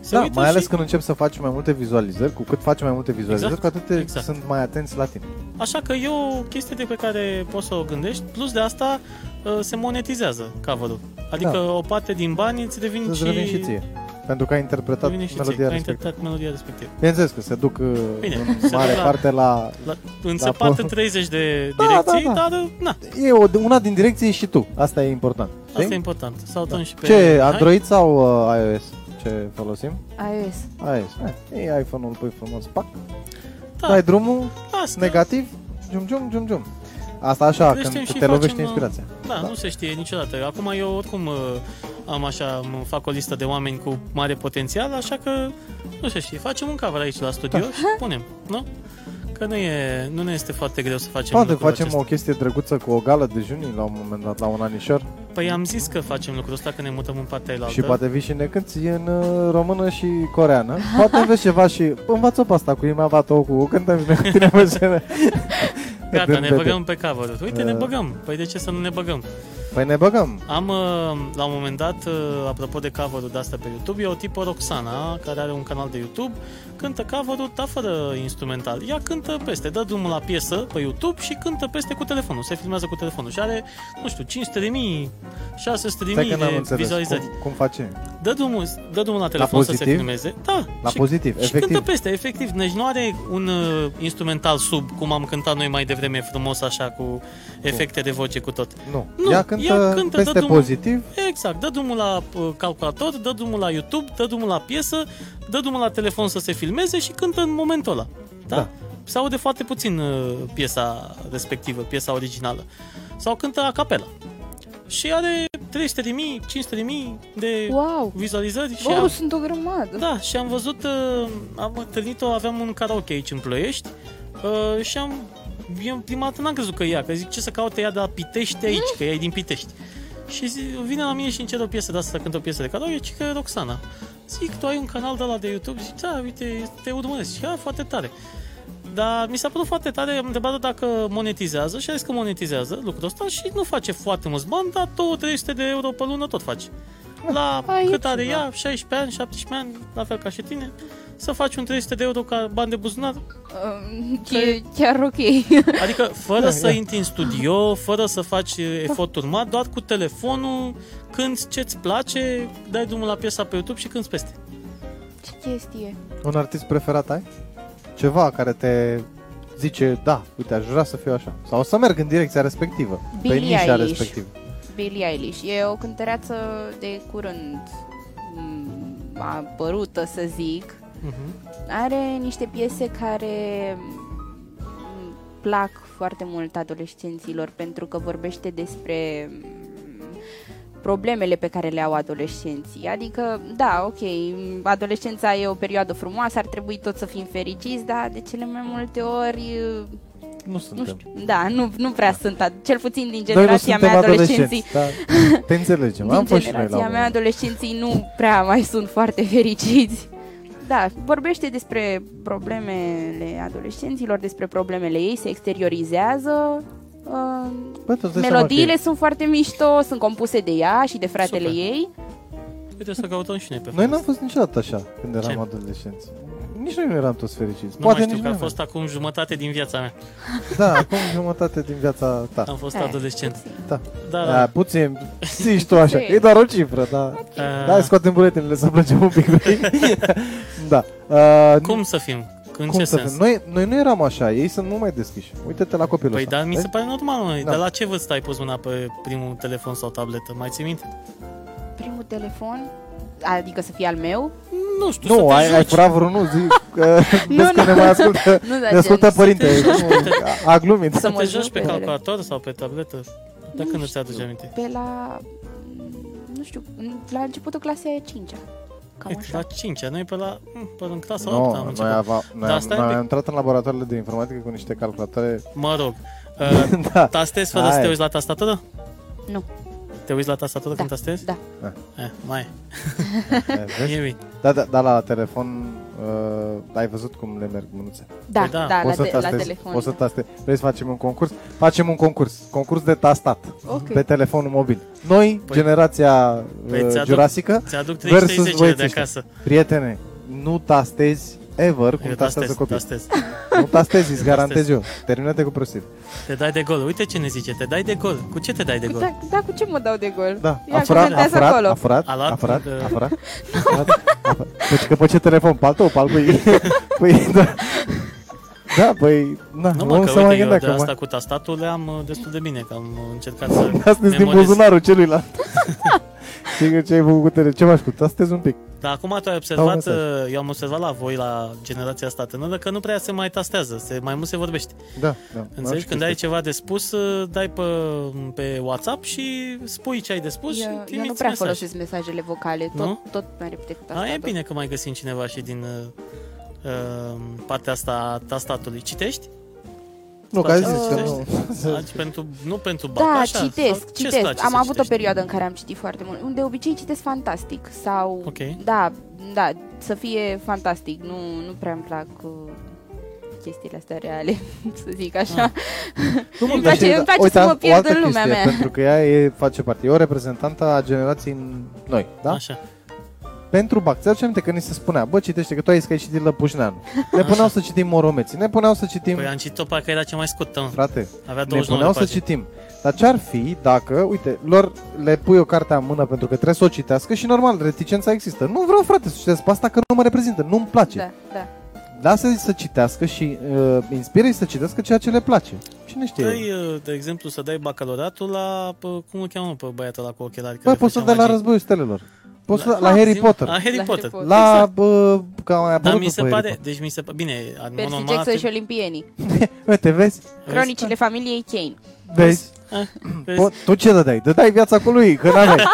Se Da, uită mai ales și când începi să faci mai multe vizualizări, cu cât faci mai multe vizualizări, Exact, cu atât exact. sunt mai atenți la tine. Așa că e o chestie de pe care poți să o gândești, plus de asta uh, se monetizează cover Adică Da. o parte din bani îți devin Să-ți și... revin și ție. Pentru că ai interpretat Devine Deci și ție, melodia ai respectivă. interpretat melodia respectivă. Bineînțeles că se duc uh, Bine, se în duc mare la- parte la... La, înțepat po- în 30 de Da, direcții, da, da. dar uh, na, E o, una din direcții e și tu. Asta e important. asta e Știi? important. Sau da. și pe... Ce, Hai. Android sau uh, iOS? Ce folosim? iOS. iOS. Eh, E iPhone-ul, îl pui frumos, pac. Da. Dai drumul, Asta. negativ, jum, jum, jum, jum. Asta așa, Creștem când și te lovește facem, uh, inspirația. Da, nu se știe niciodată. Acum eu oricum uh, am așa, îmi fac o listă de oameni cu mare potențial, așa că nu se știe. Facem un cover aici la Da. studio și punem, nu? Că nu, e, nu ne este foarte greu să facem Poate lucrul facem acesta. o chestie drăguță cu o gală de junii la un moment dat, la un anișor. Păi am zis că facem lucrul ăsta, că ne mutăm în partea la Și poate vii și ne cânti în uh, română și coreană. Poate înveți ceva și învață-o pe asta cu imava tău, cu cântăm și noi cu tine pe scenă. Gata, Dând ne pete. băgăm pe cover. Uite, ne Uh. băgăm. Păi de ce să nu ne băgăm? Păi ne băgăm. Am, uh, la un moment dat, uh, apropo de cover-ul de asta pe YouTube, e o tipă Roxana, care are un canal de YouTube, cântă cover-ul, dar fără instrumental. Ea cântă peste, dă drumul la piesă pe YouTube și cântă peste cu telefonul, se filmează cu telefonul și are, nu știu, 500 de mii, 600 de Stai că mii n-am de înțeles. vizualizări. Cum, cum face? Dă drumul, dă drumul la telefon să se pozitiv? filmeze. Da, La și, pozitiv, și efectiv. cântă peste, efectiv. Deci nu are un uh, instrumental sub, cum am cântat noi mai devreme frumos, așa, cu efecte de voce cu tot. Nu. Nu, ea cântă, ea cântă, dă peste drumul. pozitiv. Exact, dă drumul la uh, calculator, dă drumul la YouTube, dă drumul la piesă, dă drumul la telefon să se filmeze și cântă în momentul ăla. Da? Da. Se aude foarte puțin uh, piesa respectivă, piesa originală. Sau cântă a capela. Și are 300.000, 500.000 de Wow! vizualizări și Bă, am, sunt o grămadă! da, și am văzut, uh, am întâlnit-o, aveam un karaoke aici în Ploiești uh, și am, eu prima dată n-am crezut că e ea, că zic ce să caute ea de la Pitești aici, că ea e din Pitești. Și zi, vine la mine și îmi cere o piesă de asta, să cânt o piesă de karaoke, ci că e Roxana. Zic, tu ai un canal de la de YouTube? Zic, da, uite, te urmăresc. Și, ah, foarte tare. Dar mi s-a părut foarte tare, am întrebat dacă monetizează și a zis că monetizează lucrul ăsta și nu face foarte mulți bani, dar 200 de euro pe lună tot faci. La Aici, cât are da. ea, 16 ani, 17 ani, la fel ca și tine, să faci un 300 de euro ca bani de buzunar, Um, Că- E chiar ok. adică fără Da, să intri în studio, fără să faci eh, efort urmat, doar cu telefonul, când ce-ți place, dai drumul la piesa pe YouTube și când peste. Ce chestie? Un artist preferat ai? Ceva care te zice, da, uite, aș vrea să fiu așa. Sau să merg în direcția respectivă. Billie pe nișa Eilish. respectivă. Billie Eilish. E o cântăreață de curând m, apărută, să zic. Mhm. Uh-huh. Are niște piese care m, plac foarte mult adolescenților pentru că vorbește despre m, problemele pe care le au adolescenții. Adică, da, ok, m, adolescența e o perioadă frumoasă, ar trebui tot să fim fericiți, dar de cele mai multe ori Nu nu suntem. știu, da, nu, nu prea sunt, ad- cel puțin din Noi nu generația suntem mea adolescenții. adolescenți, dar te înțelegem. Din Am fost și noi la un generația mea moment dat. adolescenții nu prea mai sunt foarte fericiți. Da, vorbește despre problemele adolescenților, despre problemele ei, se exteriorizează. Uh, Bă, tu îți dai seama că melodiile sunt foarte mișto, sunt compuse de ea și de fratele Super. ei. Uite să căutăm și noi pe Noi Facebook. n-am fost niciodată așa când eram Ce? adolescenți. Nici noi nu eram toți fericiți. Nu Poate mai știu nici că a noi nu. fost acum jumătate din viața mea. Da, acum jumătate din viața ta. Am fost Eh, adolescent. Da. Da, da. da. puțin, zici tu așa. Ok. E doar o cifră, da. Uh, Da, scoatem buletinele să plăcem un pic. da. Uh, Cum să fim? În cum ce să sens? fim? Noi, noi nu eram așa, ei sunt mult mai deschiși. Uite-te la copilul Păi ăsta. da, mi se Vezi? pare normal, măi. Da. Dar la ce vârstă ai pus mâna pe primul telefon sau tabletă? Mai ții minte? Primul telefon, adică să fie al meu. Nu știu, Nu, să te ai, joci. ai furat vreunul, zic că, vezi că nu. ne mai ascultă, Nu, dar ne ascultă gen, părinte, să te joci. Nu, da, a, a glumit. Să Să mă te joci joc pe pe ele. calculator sau pe tabletă? Dacă Nu nu ți aduce aminte. Pe la, mm, nu știu, la începutul clasei a 5 Cam Uite, la așa. 5 noi pe la, mm, pe în clasa 8 am Nu, noi, început. ava, noi, Da, am, stai noi un pic. am intrat în laboratoarele de informatică cu niște calculatoare. Mă rog, uh, da. tastezi fără să Hai. te uiți la tastatură? Nu. Te uiți la tastatură Da, când tastezi? da. Eh, mai, Eh, vezi? e bine. Da, da, da, la telefon uh, ai văzut cum le merg mânuțe. Da, Păi da. da, da la, Poți să te- la tastezi, telefon. Poți să da. taste. Vrei să facem un concurs? Facem un concurs. Concurs de tastat. Ok. Pe telefonul mobil. Noi, Păi- generația Păi uh, ți-aduc- jurasică, Ți-aduc Versus 30 de de băieții ăștia. acasă. prietene, nu tastezi ever cum Eu tastează tastez, copiii. tastez. Nu tastezi, îți Eu garantez eu. Termină-te cu prostit. Te dai de gol. Uite ce ne zice, te dai de gol. Cu ce te dai de Cu- gol? Da, da, cu ce mă dau de gol? Da, Ia, a furat, a comentează furat, acolo. a furat, A luat uh, a furat, de- a furat, a furat, a furat. Deci că pe ce telefon? Pe al tău, pe al lui? Păi, da. Da, păi, na, Nu nu mă, om că să uite, mai eu gândea de că asta mai... cu tastatul le-am uh, destul de bine, că am uh, încercat să Astăzi Păi din memorez. buzunarul celuilalt. Sigur ce ai făcut cu tele, ce m-aș putea? Astăzi un pic. Dar acum tu ai Dau observat, mesaj. uh, eu am observat la voi, la generația asta tânără, că nu prea se mai tastează, se, mai mult se vorbește. Da, da. Înțelegi? Când ai ceva de spus, uh, dai pe, pe WhatsApp și spui ce ai de spus și Eu, eu trimiți nu prea mesaj. folosesc mesajele vocale, tot, Nu? tot mai repede cu A, tastatul. e bine că mai găsim cineva și din uh, uh, partea asta a tastatului. Citești? Nu, Îți că ai place zis că să nu. citești? Deci pentru, nu pentru bac, Da, așa? citesc, Sau ce-ți citesc. place am să avut o citești? perioadă în care am citit foarte mult. De obicei citesc fantastic sau... Ok. Da, da, să fie fantastic. Nu, nu prea îmi plac uh, chestiile astea reale, să zic așa. Ah. Nu mă Îmi place- gândește, îmi place da, uite, să mă o pierd altă în lumea chestie, mea. Pentru că ea e, face parte, e o reprezentantă a generației noi, da? Așa. Pentru Bac, ți aminte că ni se spunea, bă, citește că tu ai zis că ai citit Lăpușneanu. Ne puneau să citim Moromeții, ne puneau să citim... Păi am citit-o parcă era cea mai scurtă, mă. Frate, Avea ne 29 puneau de să pagini. citim. Dar ce ar fi dacă, uite, lor le pui o carte în mână pentru că trebuie să o citească și normal, reticența există. Nu vreau, frate, să citesc pe asta că nu mă reprezintă, nu-mi place. Da, da. Lasă-i să citească și uh, inspire-i să citească ceea ce le place. Cine știe? Dai, uh, de exemplu, să dai bacaloratul la, pă, cum îl cheamă pe băiatul ăla cu ochelari? Bă, care poți să făcea dai la magie? războiul stelelor. Poți la, La- să, la Harry Zi- Potter. La Harry La Potter. Harry La, bă, că mai apărut Dar mi se după Harry pare, deci mi se pare, bine, în mod Percy normal, Jackson ar și olimpienii. Potter. Uite, vezi? Cronicile familiei Kane. Vezi? vezi? Po- tu ce dai? Dai viața cu lui, că n-aveai.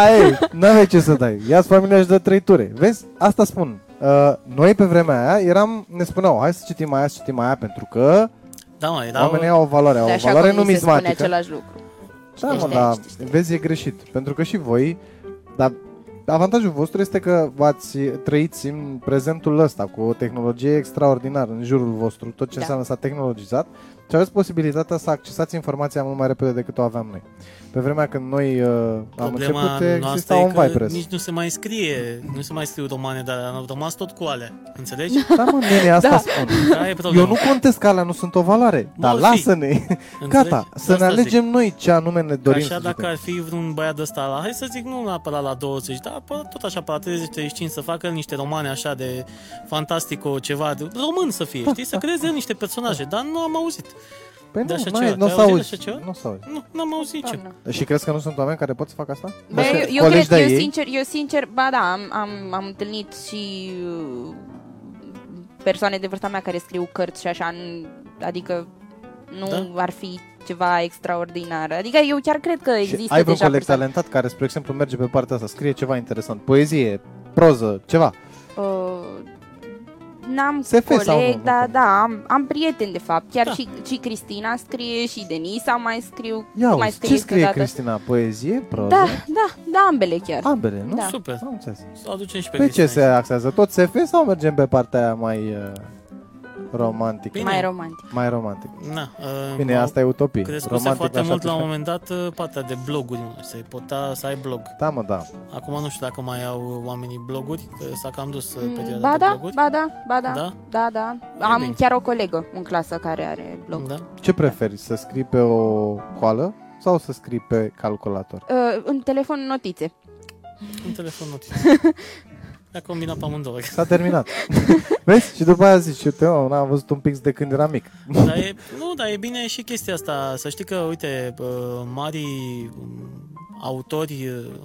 Ai, n-aveai ce să dai. Ia-ți familia și dă trei ture. Vezi? Asta spun. Uh, noi pe vremea aia eram, ne spuneau, hai să citim aia, să citim aia, pentru că Da, mă, da, era oamenii au o valoare, au de o așa valoare cum ni se spune numismatică. același lucru. Da, mă, Citește, dar citește. vezi, e greșit. Pentru că și voi, dar avantajul vostru este că v-ați trăiți în prezentul ăsta cu o tehnologie extraordinară în jurul vostru, tot ce Da. înseamnă s-a tehnologizat și aveți posibilitatea să accesiți informația mult mai repede decât o aveam noi. Pe vremea când noi uh, am Problema început, noastră exista un e că Vipress. nici nu se mai scrie, nu se mai scriu romane, dar am rămas tot cu alea, înțelegi? Da, mă, nene, asta Da. spun. Da, e problema. Eu nu contest că alea nu sunt o valoare, Mă, dar fi. lasă-ne, Înțelegi? gata, De să ne asta zic. alegem noi ce anume ne Că dorim așa să dacă citim. ar fi vreun băiat ăsta la, hai să zic, nu neapărat la 20, dar pă, tot așa pe la 30-35 să facă niște romane așa de fantastico, ceva, de, român să fie, știi? Să creeze niște personaje, dar nu am auzit. Păi de nu, așa mai- ceva. nu o Te-ai să auzit de așa auzi, ceva? nu o să auzi. Nu, n-am auzit nicio. Doamnă. Și crezi că nu sunt oameni care pot să facă asta? Bă, Așa, eu, eu colegi cred, eu de-ai ei? sincer, eu sincer, ba da, am, am, am întâlnit și uh, persoane de vârsta mea care scriu cărți și așa, n- adică nu Da. ar fi ceva extraordinar. Adică eu chiar cred că Și există ai vreun deja coleg talentat care, spre exemplu, merge pe partea asta, scrie ceva interesant, poezie, proză, ceva. Uh, N-am SF sau nu, coleg, nu dar cum? da, am, am prieteni de fapt. Chiar Da. și, și Cristina scrie și Denisa mai scriu. Ia mai uite, ce scrie câteodată. Cristina? Poezie, proză? Da, da, da, ambele chiar. Ambele, nu? Da. Super. Am înțeles. Să aducem și pe, Pe Păi ce Cristina se aici. axează? Tot SF sau mergem pe partea aia mai uh, romantică? Bine. Mai romantic. Mai romantic. Na, uh, Bine, m-au asta e utopie. Crescuse romantic foarte așa mult la un trebuie. moment dat uh, partea de bloguri, nu? să-i pota să ai blog. Da, mă, da. Acum nu știu dacă mai au oamenii bloguri, că s-a cam dus uh, perioada Ba de da, bloguri. ba da, ba da, Da? da, da, da. E Am bine. chiar o colegă în clasă care are blog. Da. da. Ce preferi, să scrii pe o coală sau să scrii pe calculator? Uh, în telefon notițe. Un telefon notic. Le-a combinat pe amândouă. S-a terminat. Vezi? Și după aia zici, uite, mă, n-am văzut un pix de când eram mic. Dar e, nu, dar e bine și chestia asta. Să știi că, uite, bă, marii m, autori uh,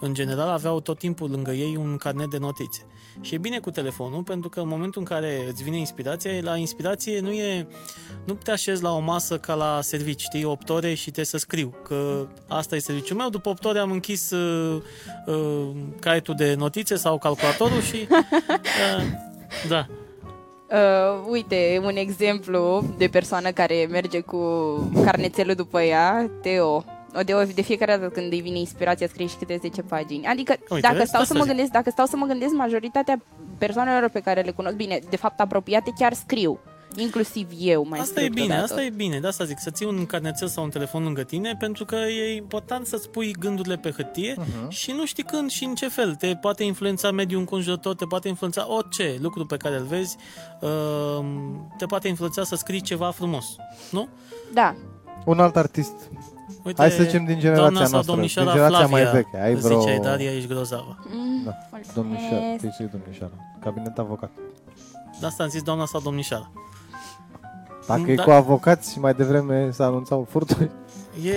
în general aveau tot timpul lângă ei un carnet de notițe. Și e bine cu telefonul pentru că în momentul în care îți vine inspirația, la inspirație nu e nu te așezi la o masă ca la servici, știi, 8 ore și te să scriu, că asta e serviciul meu. După 8 ore am închis uh, uh, caietul de notițe sau calculatorul și uh, da. Uh, uite, un exemplu de persoană care merge cu carnețelul după ea, Teo. O de, de fiecare dată când îi vine inspirația scrie și câte 10 pagini. Adică Uite, dacă vezi? stau Asta să mă zic. gândesc, dacă stau să mă gândesc majoritatea persoanelor pe care le cunosc, bine, de fapt apropiate chiar scriu, inclusiv eu mai Asta scriu e bine, câteodată. asta e bine, de asta zic, să ții un carnețel sau un telefon lângă tine, pentru că e important să-ți pui gândurile pe hârtie Mhm. uh-huh. și nu știi când și în ce fel. Te poate influența mediul înconjurător, te poate influența orice lucru pe care îl vezi, ehm, te poate influența să scrii ceva frumos, nu? Da, Un alt artist. Uite, Hai să zicem din generația doamna sau noastră, domnișoara din generația mai Flavia, veche. Ai îți vreo- Ziceai, Daria, ești grozavă. Da. Domnișoara. Te zice domnișoara. Cabinet avocat. De asta am zis doamna sau domnișoara. Dacă Da. e cu avocați, mai devreme s-a anunțau furturi. E...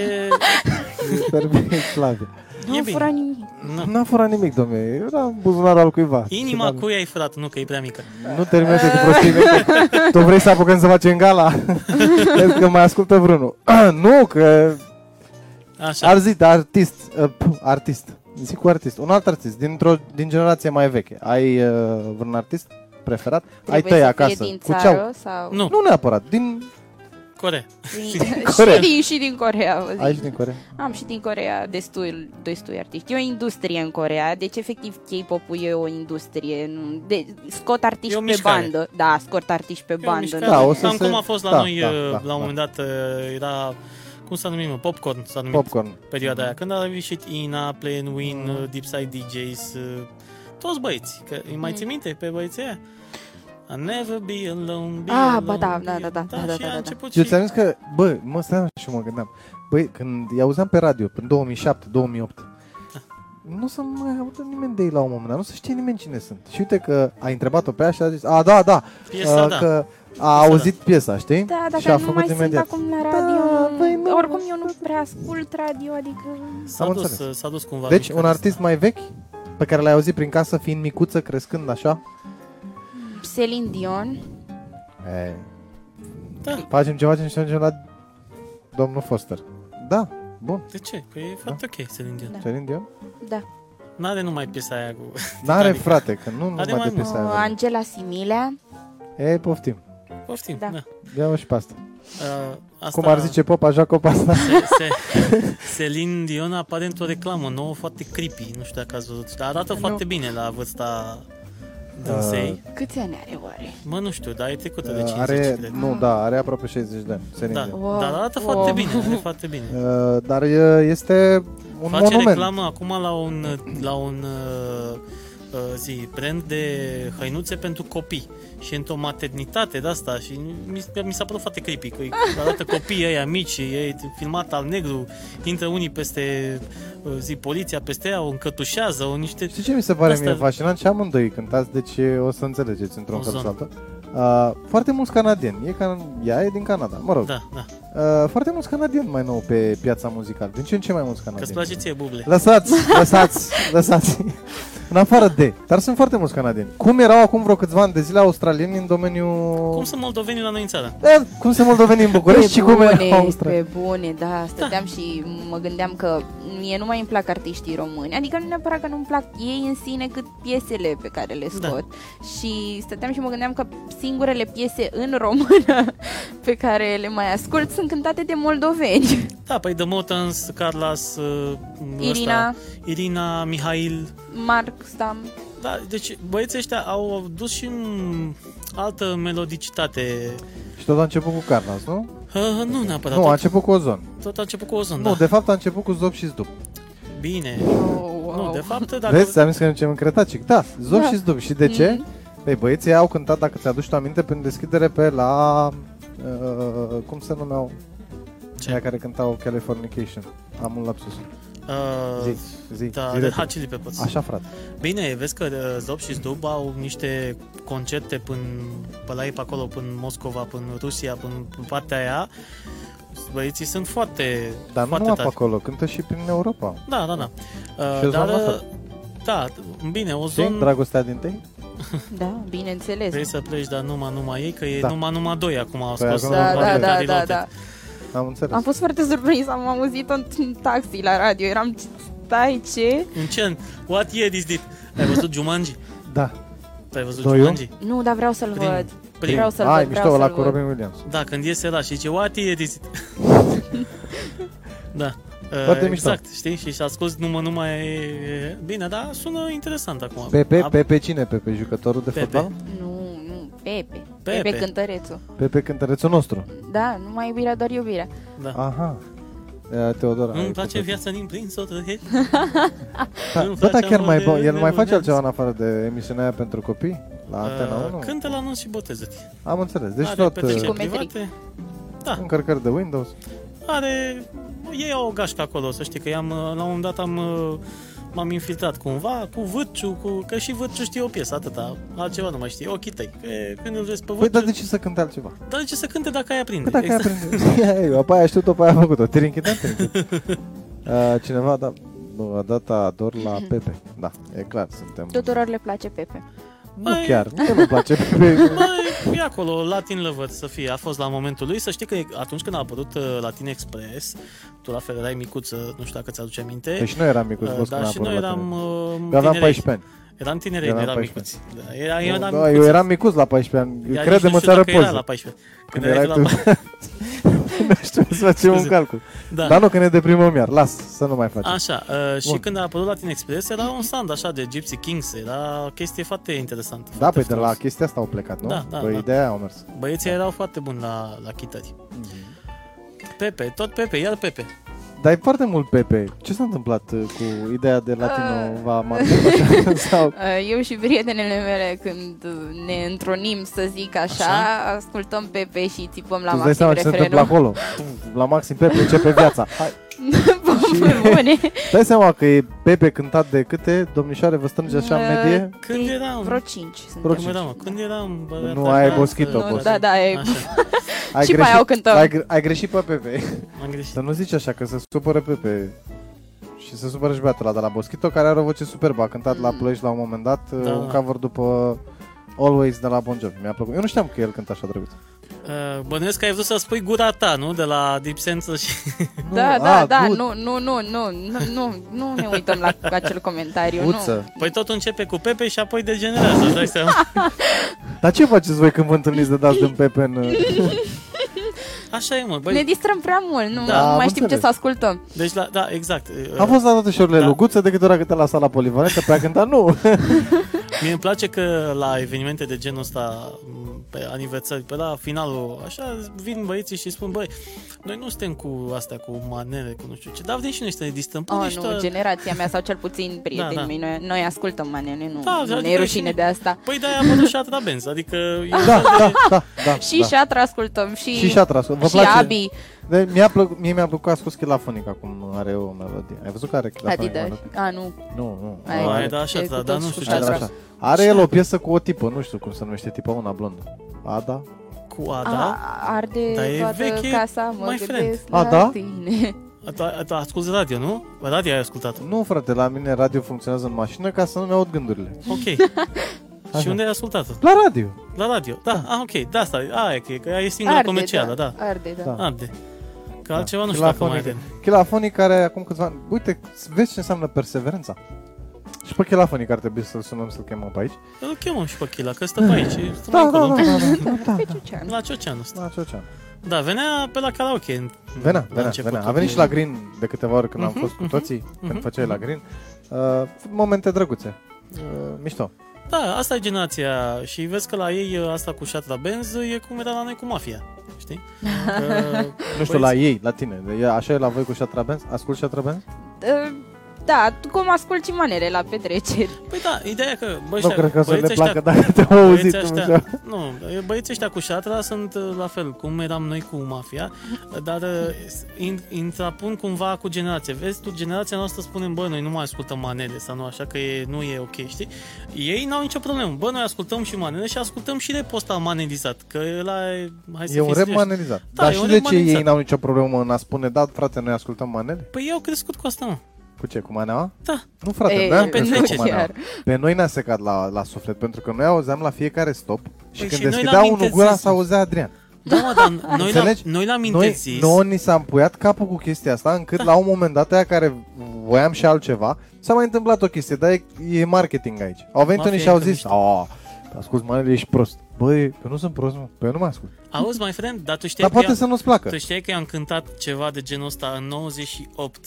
Mister Big Flavia. E nu bine. fură nimic. Na. N-a furat nimic, domnule. Era în buzunarul al cuiva. Da. Inima Ceva- cui ai furat, nu că e prea mică. Nu terminește cu prostii Tu vrei să apucăm să facem gala? Vezi că mai ascultă vreunul. nu, că Așa. Ar zi, dar artist, uh, puh, artist. Zic cu artist, un alt artist, dintr-o, din generație mai veche. Ai uh, vreun artist preferat? Ai Trebuie tăi să fie acasă. din cu țară ceau? sau... Nu. Nu neapărat, din Corect. Din- Corea. și, din, și din Corea, vă zic. Ai și din Corea. Am și din Corea destul, destui artiști. E o industrie în Corea, deci efectiv K-pop-ul e o industrie. nu- De, scot E artiști o pe mișcare. bandă. Da, scot artiști pe E o bandă. mișcare. Da, o să Cam se- cum a fost la da, noi, da, uh, da, la da. un moment dat, uh, era, cum s-a numit, mă, Popcorn s-a numit Popcorn. perioada aia, când a ieșit Ina, Plain Win, Mm. uh, Deep Side DJs, uh, toți băieți, că îi Mm. mai ții minte pe băieții aia? I'll never be alone, be Ah, alone, ba da, be da, da, da, alone. da, da, și da, a da. început Eu și- ți-am zis că, bă, mă, stai și mă gândeam. Băi, când îi auzeam pe radio, prin 2007-2008, nu să mai audă nimeni de ei la un moment dat, nu să știe nimeni cine sunt. Și uite că a întrebat-o pe ea și a zis, a, da, da, Piesa, uh, da. că a Piesa, auzit piesa, știi? Da, și dacă a nu făcut mai imediat. sunt acum la radio, Da, păi nu, oricum nu eu nu prea ascult radio, adică... S-a Am dus, înțeles. uh, s-a dus cumva Deci, mișcarea un artist mai vechi, pe care l-ai auzit prin casă, fiind micuță, crescând așa, Celine Dion, e, Da. facem ceva ce ne ajungem la domnul Foster. Da, bun, De ce? Păi e foarte ok, se Dion. Da. Celine Dion. da. N-are numai piesa aia cu... N-are Titanic. frate, că nu Are numai mai de piesa Uh, aia. Angela Similea, E, poftim. Poftim, da. Da. Ia-o și pe asta. Uh, asta... Cum ar zice popa, joacă pe asta. Se, se, Celine Dion apare într-o reclamă nouă foarte creepy, nu știu dacă ați văzut, dar arată Nu. foarte bine la vârsta dânsei. câți ani are oare? Mă, nu știu, dar e trecută de 50, uh, are, cred. nu, da, are aproape 60 de ani, Celine Da, Dion. Wow, dar arată wow. foarte bine, arată foarte bine. Uh, dar e- este un Face monument. reclamă acum la un, la un uh, uh, zi, brand de hăinuțe pentru copii și e într-o maternitate de asta și mi, mi s-a părut foarte creepy că îi arată copiii ăia mici, ei filmat al negru, intră unii peste uh, zi poliția peste ea, o încătușează, o niște... Știi ce mi se pare Asta- mie fascinant? Și amândoi cântați, deci e, o să înțelegeți într-un Un fel sau zon. altul. Uh, foarte mulți canadieni, e can- ea e din Canada, mă rog. Da, da, Uh, foarte mulți canadieni mai nou pe piața muzicală, din ce în ce mai mulți că îți canadieni. place ție buble. Lăsați, lăsați, lăsați. În afară de. Dar sunt foarte mulți canadieni. Cum erau acum vreo câțiva ani de zile australieni în domeniul... Cum sunt moldovenii la noi în țară? Da, cum se moldoveni în București și cum erau australieni. Pe bune, da, stăteam și mă gândeam că mie nu mai îmi plac artiștii români, adică nu neapărat că nu-mi plac ei în sine, cât piesele pe care le Da. scot. Și stăteam și mă gândeam că singurele piese în română pe care le mai ascult sunt cântate de moldoveni. Da, păi The Motans, Carlos, uh, Irina. Ăsta, Irina, Mihail, Mark Stam. Da, deci băieții ăștia au dus și în altă melodicitate. Și tot a început cu Carnas, nu? Uh, nu neapărat, nu, a tot, început cu Ozon. tot a început cu Ozon, Nu, da. de fapt a început cu Zop și Zdup. Bine. Oh, wow. Nu, de fapt, dacă... Dacă... Vezi, ți-am zis că ne încem în cretacic. Da, Zop Da. și Zdup. Și de ce? Mhm. Păi băieții au cântat, dacă ți-aduci tu aminte, prin deschidere pe la... Uh, cum se numeau? Ceea Ce? care cântau Californication. Am un lapsus. Uh, Zi, zi, da, zi Red repede. Hot Chili Peppers. Așa, frate. Bine, vezi că uh, Zop și Zdub au niște concerte până pe la ei pe acolo, până Moscova, până Rusia, până în partea aia. Băieții sunt foarte, Dar nu foarte numai pe tari. acolo, cântă și prin Europa. Da, da, da. Și Uh, Ozon dar, la uh, fel. da, bine, Știi? Ozon... Dragostea din tei? Da, bineînțeles. Vrei să pleci, dar numai, numai ei, că e Da. da. numai, numai doi acum au Păi scos. acum Da, Acolo da, am da, Reloaded. da, da. Am înțeles. Am fost foarte surprins, am auzit-o în taxi la radio, eram, stai, ce? În ce? What year is it? Ai văzut Jumanji? Da. Ai văzut Doiul? Jumanji? Nu, dar vreau să-l Prim. văd. Prim. Vreau să-l Ai, văd, mișto vreau ăla să-l cu văd. Robin Williams. Da, când iese ăla și zice What year is it? da. Foarte Uh, mișto. exact, știi? Și și-a scos numai, numai... Bine, dar sună interesant acum. Pepe, A- Pepe cine? Pepe, jucătorul de Pepe. fotbal? Nu, nu, Pepe. Pepe. Pepe, cântărețul. Pepe, cântărețul nostru. Da, numai iubirea, doar iubirea. Da. Aha. E, Teodora. ai Nu-mi place făcut. viața din plin, s-o trăhe. Da, nu-mi Bă, dar place chiar amor mai de bun. El mai nebun face viață. altceva în afară de emisiunea aia pentru copii? La Uh, Antena 1? Cântă la anunț și boteză Am înțeles. Deci Are tot petreceri uh, Cu metric. private. Da. încărcări de Windows. are... Ei au o gașcă acolo, să știi că i-am, la un moment dat am, m-am infiltrat cumva cu Vârciu, cu, că și Vârciu știe o piesă, atâta, altceva nu mai știe, ochii tăi. Că, când îl vezi pe Păi, Vârciu, dar de ce să cânte altceva? dar de ce să cânte dacă ai aprinde? Exact. Păi dacă ai aprins... Ia, eu, Pe aia știu tot, pe aia am păi, făcut-o. Tirinchi, da, tirinchi. Uh, Cineva a dat, nu, a dat ador la Mhm. Pepe. Da, e clar, suntem... Tuturor le place Pepe. Nu Băi. chiar, nu nu place Pepe. Mai, e acolo, Latin Lover să fie, a fost la momentul lui, să știi că atunci când a apărut uh, Latin Express, tu la fel erai micuță, nu știu dacă ți-aduce aminte, Deci noi eram micuți, uh, vă spuneam dar și noi eram uh, Eu aveam tinerei. 14 ani. Eram tinerei, Eu nu aveam eram micuți. 14. Da, era- eu Nu, eram da, micuț. eu eram micuț la 14 ani. Dar nici Crede-mă, nu ți știu arăt dacă era poze. la 14. Când erai tu. și trebuie să facem un Scuze. calcul. Da. Dar nu că ne deprimăm iar, las, să nu mai facem. Așa, uh, și Bun. când a apărut Latin Express era un stand așa de Gypsy Kings, era o chestie foarte interesantă. Da, foarte păi de la frumos. chestia asta au plecat, nu? Da, da, păi da. ideea aia au mers. Băieții erau foarte buni la, la chitări. Pepe, tot Pepe, iar Pepe. Dar e foarte mult Pepe. Ce s-a întâmplat uh, cu ideea de latino Ah. va marca așa? Sau... Uh, Eu și prietenele mele când uh, ne întronim, să zic așa, Așa. ascultăm Pepe și țipăm la Tu dai maxim seama ce se întâmplă refrenul. acolo. La maxim Pepe, ce pe viața. Hai. Pe bune. Dai seama că e Pepe cântat de câte? Domnișoare, vă strânge așa în Uh, medie? Când eram? Vreo 5 suntem. Vreo Cum cinci. era, mă? Când eram... bă, Nu, băiatul aia e acasă, Boschito, bă, Boschito. Da, da, e... Așa, Ai Și pe aia o cântăm. Ai, gre- ai greșit pe Pepe. am greșit. Să nu zici așa, că se supără Pepe. Și se supără și băiatul ăla de la Boschito, care are o voce superbă. A cântat la Mm. Ploiești la un moment dat uh, Da, un da. cover după Always de la Bon Jovi. Mi-a plăcut. Eu nu știam că el cântă așa drăguț. Uh, Bănuiesc că ai vrut să spui gura ta, nu? De la Deep Sense și... Nu, Ah, Da, a, da, da, gut, nu, nu, nu, nu, nu, nu, nu ne uităm la acel comentariu, nu. Guță. Păi tot începe cu Pepe și apoi degenerează, îți dai seama? Dar ce faceți voi când vă întâlniți de uh? dați din Pepe în... Așa e, mă, Ne băi. distrăm prea mult, nu, Da, nu am mai știm ce înțeles. să ascultăm. Deci, la, da, exact. Uh, A fost la toate șorile Da. da. lui Guță de câte ori a cântat la sala polivalentă, pe a cântat nu. Mie îmi place că la evenimente de genul ăsta, m, pe aniversări, pe la finalul, așa, vin băieții și spun, băi, noi nu suntem cu astea, cu manere, cu nu știu ce, dar vin și noi să ne distrăm. Pun Oh, niște- nu, generația mea sau cel puțin prietenii da. mei, noi, noi ascultăm manele, nu, Da, nu adică ne e e și rușine ne- de asta. Păi de-aia am adus și atâta benz, adică... e- Da, da, da, da. Și da. șatra ascultăm, și, Și și-a tras. Vă și place? Abi. De, mi-a plăcut, mie mi-a plăcut că a scos chilafonic acum are o melodie. Ai văzut că are chilafonic? Adidas. melodie? Adică, A, nu. Nu, nu. Ai, nu Ai, are, da, așa, e cu da, da, toți nu știu ce Ai, Ai, dar ați da. așa. Are el o piesă cu o tipă, nu știu cum se numește, tipa una blondă. Ada? cu A, A, da? arde Dar e toată veche, casa, mă mai gândesc friend. la A, da? tine. Tu, tu asculti radio, nu? Radio ai ascultat. Nu, frate, la mine radio funcționează în mașină ca să nu-mi aud gândurile. Ok. și Așa. unde ai ascultat La radio. La radio. Da, ah, ok, da, asta, e. aia e, că e, că e singura Arde, comercială, da. Arde, da. Da. Arde. Că altceva nu știu dacă mai avem. Chilafonic care acum câțiva ani... Uite, vezi ce înseamnă perseverența. Și pe Chilafonic ar trebui să-l sunăm, să-l chemăm pe aici. Îl chemăm și pe Chila, că stă pe aici, stăm Da, da, acolo. da, da, da, da, Pe da. Ciuceanu. La Cioceanu stă. Da, ce ocean. Da, venea pe la karaoke. în- Venea, la venea, începutul. venea. A venit și la Green de câteva ori când am Mhm, fost cu mhm, toții, când mhm. făceai la Green. Uh, momente drăguțe. Uh, mișto. Da, asta e generația și vezi că la ei asta cu șatra Benz e cum era la noi cu mafia, știi? Că, Nu știu, băieți- la ei, la tine. E Așa e la voi cu Shatra Benz? Ascult Shatra Benz? Uh, Da, tu cum ascult și manele la petreceri. Păi da, ideea e că bă, Nu ăștia, cred că o să băieții le ăștia- placă dacă te-au auzit. Băieții așa. ăștia, nu, băieții ăștia cu șatra sunt uh, la fel cum eram noi cu mafia, dar uh, in- intrapun cumva cu generație. Vezi, tu, generația noastră spunem, bă, noi nu mai ascultăm manele sau nu, așa că e, nu e ok, știi? Ei n-au nicio problemă. Bă, noi ascultăm și manele și ascultăm și repul ăsta manelizat, că ăla e... Hai să E un fim rap serioși. manelizat. Da, Dar e și un de rap ce ei manelizat. n-au nicio problemă în a spune, da, frate, noi ascultăm manele? Păi eu au crescut cu asta, mă. Cu ce, cu maneaua? Da. Nu, frate, Ei, noi am pe crescut noi cu maneaua. chiar. Pe noi ne-a secat la, la suflet, pentru că noi auzeam la fiecare stop și Păi când și noi deschidea n-am unul interzis. gura, s-auzea Adrian. Da, mă, dar noi la, Înțelegi? noi la Noi, minte noi ni s-a împuiat capul cu chestia asta, încât la un moment dat aia care voiam și altceva, s-a mai întâmplat o chestie, dar e, e marketing aici. Au venit Mafia unii și au e că zis, mișto. a, ascult manele, ești prost. Băi, eu nu sunt prost, mă, pe eu nu mă ascult. Auzi, mai friend, dar tu știi Dar că poate eu- să nu-ți placă. Tu știai că eu am cântat ceva de genul ăsta în 98.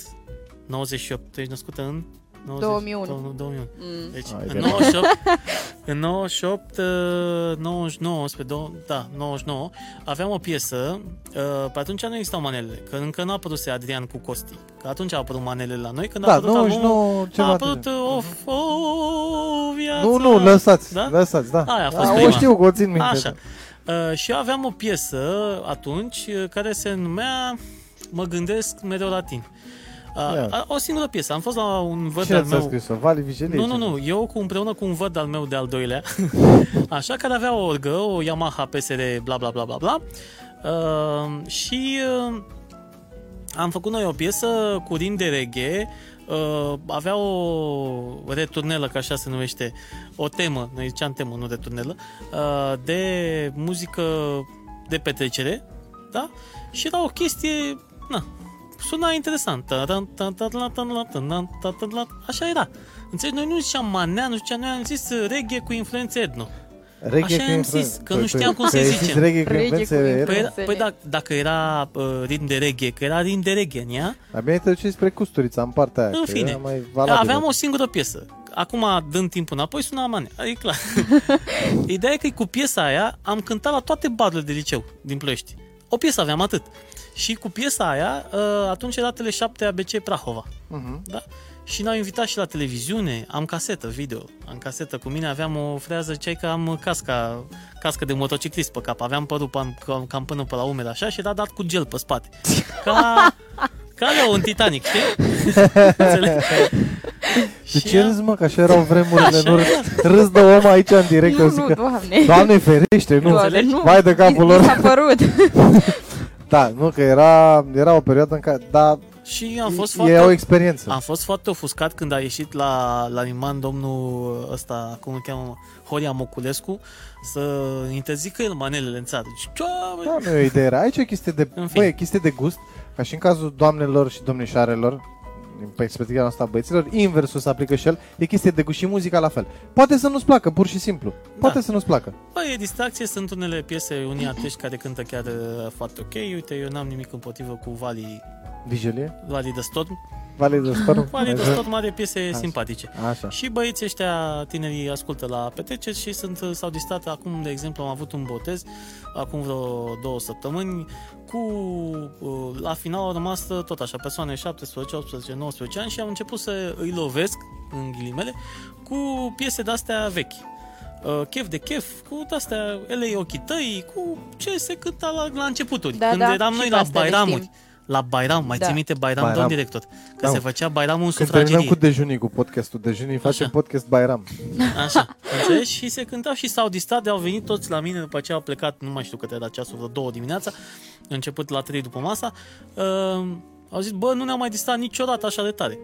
98. Tu ești născută în? 90, 2001. 2001. Mm. Deci, Hai de în la- 98, în 98, uh, 99, spre dou- da, 99, aveam o piesă, uh, pe atunci nu existau manelele, că încă nu a apărut Adrian cu Costi, că atunci au apărut manelele la noi, când a Da, apărut albumul, 99, a ceva. de apărut genul. o, o viață. Nu, nu, lăsați, Da? lăsați, da. Aia a fost Da, O prima. știu, că o țin minte. da. Așa. Uh, și eu aveam o piesă atunci uh, care se numea Mă gândesc mereu la tine. Uh, Ia. a- o singură piesă. Am fost la un văd Cine al ți-a meu. scris-o? Vali Vigelie? Nu, nu, nu. Eu cu împreună cu un văd al meu de al doilea. Așa, care avea o orgă, o Yamaha PSR, bla, bla, bla, bla, bla. Uh, și uh, am făcut noi o piesă cu rin de reggae. Uh, avea o returnelă, ca așa se numește, o temă, noi ziceam temă, nu returnelă, uh, de muzică de petrecere, da? Și era o chestie, na, suna interesant. Taran, tan, tan, tan, tan, tan, tan, tan, tan, tan, tan. Așa era. Înțelegi, noi nu ziceam manea, nu ziceam, noi am zis uh, reggae cu influențe etno. Reggae Așa cu i-am influ- zis, că Păi, nu tu- știam cum tu să-i ai zis zicem. Reggae cu Reggae cu influențe influențe. Păi, era- da, păi da, dacă era uh, ritm de reggae, că era ritm de reggae în ea, Abia ai traducit spre Custurița, în partea aia. În că fine. Păi, era mai Valabil. valabilă. Da, Aveam o singură piesă. Acum, dând timpul înapoi, suna mane. E clar. Ideea e că cu piesa aia am cântat la toate barurile de liceu din Ploiești. O piesă aveam atât. Și cu piesa aia, uh, atunci era Tele 7 ABC Prahova. Mhm. Da? Și ne-au invitat și la televiziune, am casetă video, am casetă cu mine, aveam o frează, cei că am casca, cască de motociclist pe cap, aveam părul pan- cam, cam până pe la umeri așa și era dat cu gel pe spate. Ca, ca la un Titanic, știi? Înțelegi? De Și ce ea- râzi, mă, că așa erau vremurile, Așa nu râ- râs de om aici în direct, Nu, eu zic nu, că, doamne. Doamne ferește, nu, Doamne, nu. vai de capul Mi lor. s-a părut. Da, nu, că era, era o perioadă în care, da, Și am fost e- e o foarte... experiență. Am fost foarte ofuscat când a ieșit la, la liman domnul ăsta, cum îl cheamă, Horia Moculescu, să interzică el manelele în țară. Deci, ce, bă, Da, nu e o idee rea. Aici e chestie de, În fine. bă, e chestie de gust, ca și în cazul doamnelor și domnișoarelor, din perspectiva noastră a băieților, inversul se aplică și el, e chestie de gust și muzica la fel. Poate să nu-ți placă, pur și simplu. Poate Da. să nu-ți placă. Bă, e distracție, sunt unele piese, unii artiști care cântă chiar uh, foarte ok. Uite, eu n-am nimic împotrivă cu Vali, Vigilie? Vali de Storm. Vale de Storm? Vali de Storm are piese Exact. Așa. simpatice. Așa. Și băieții ăștia tinerii ascultă la petreceri și sunt, s-au distrat. Acum, de exemplu, am avut un botez, acum vreo două săptămâni, cu, uh, la final au rămas uh, tot așa, persoane 17, 18, 19 ani și am început să îi lovesc, în ghilimele, cu piese de-astea vechi. Uh, chef de chef, cu astea elei ochii tăi, cu ce se cânta la, la începuturi. Da, Când da, eram și noi pe la astea le Bairamuri. știm. La Bairam, mai Da. da. ții minte Bairam, Bairam. domn director? Că Da. se făcea Bairamul în Când terminăm sufragerie. cu dejunii, cu podcastul dejunii, facem podcast Bairam. Așa, înțelegi? Și se cântau și s-au distrat, au venit toți la mine după ce au plecat, nu mai știu câte era ceasul, vreo două dimineața, început la trei după masa, uh, au zis, bă, nu ne-am mai distrat niciodată așa de tare.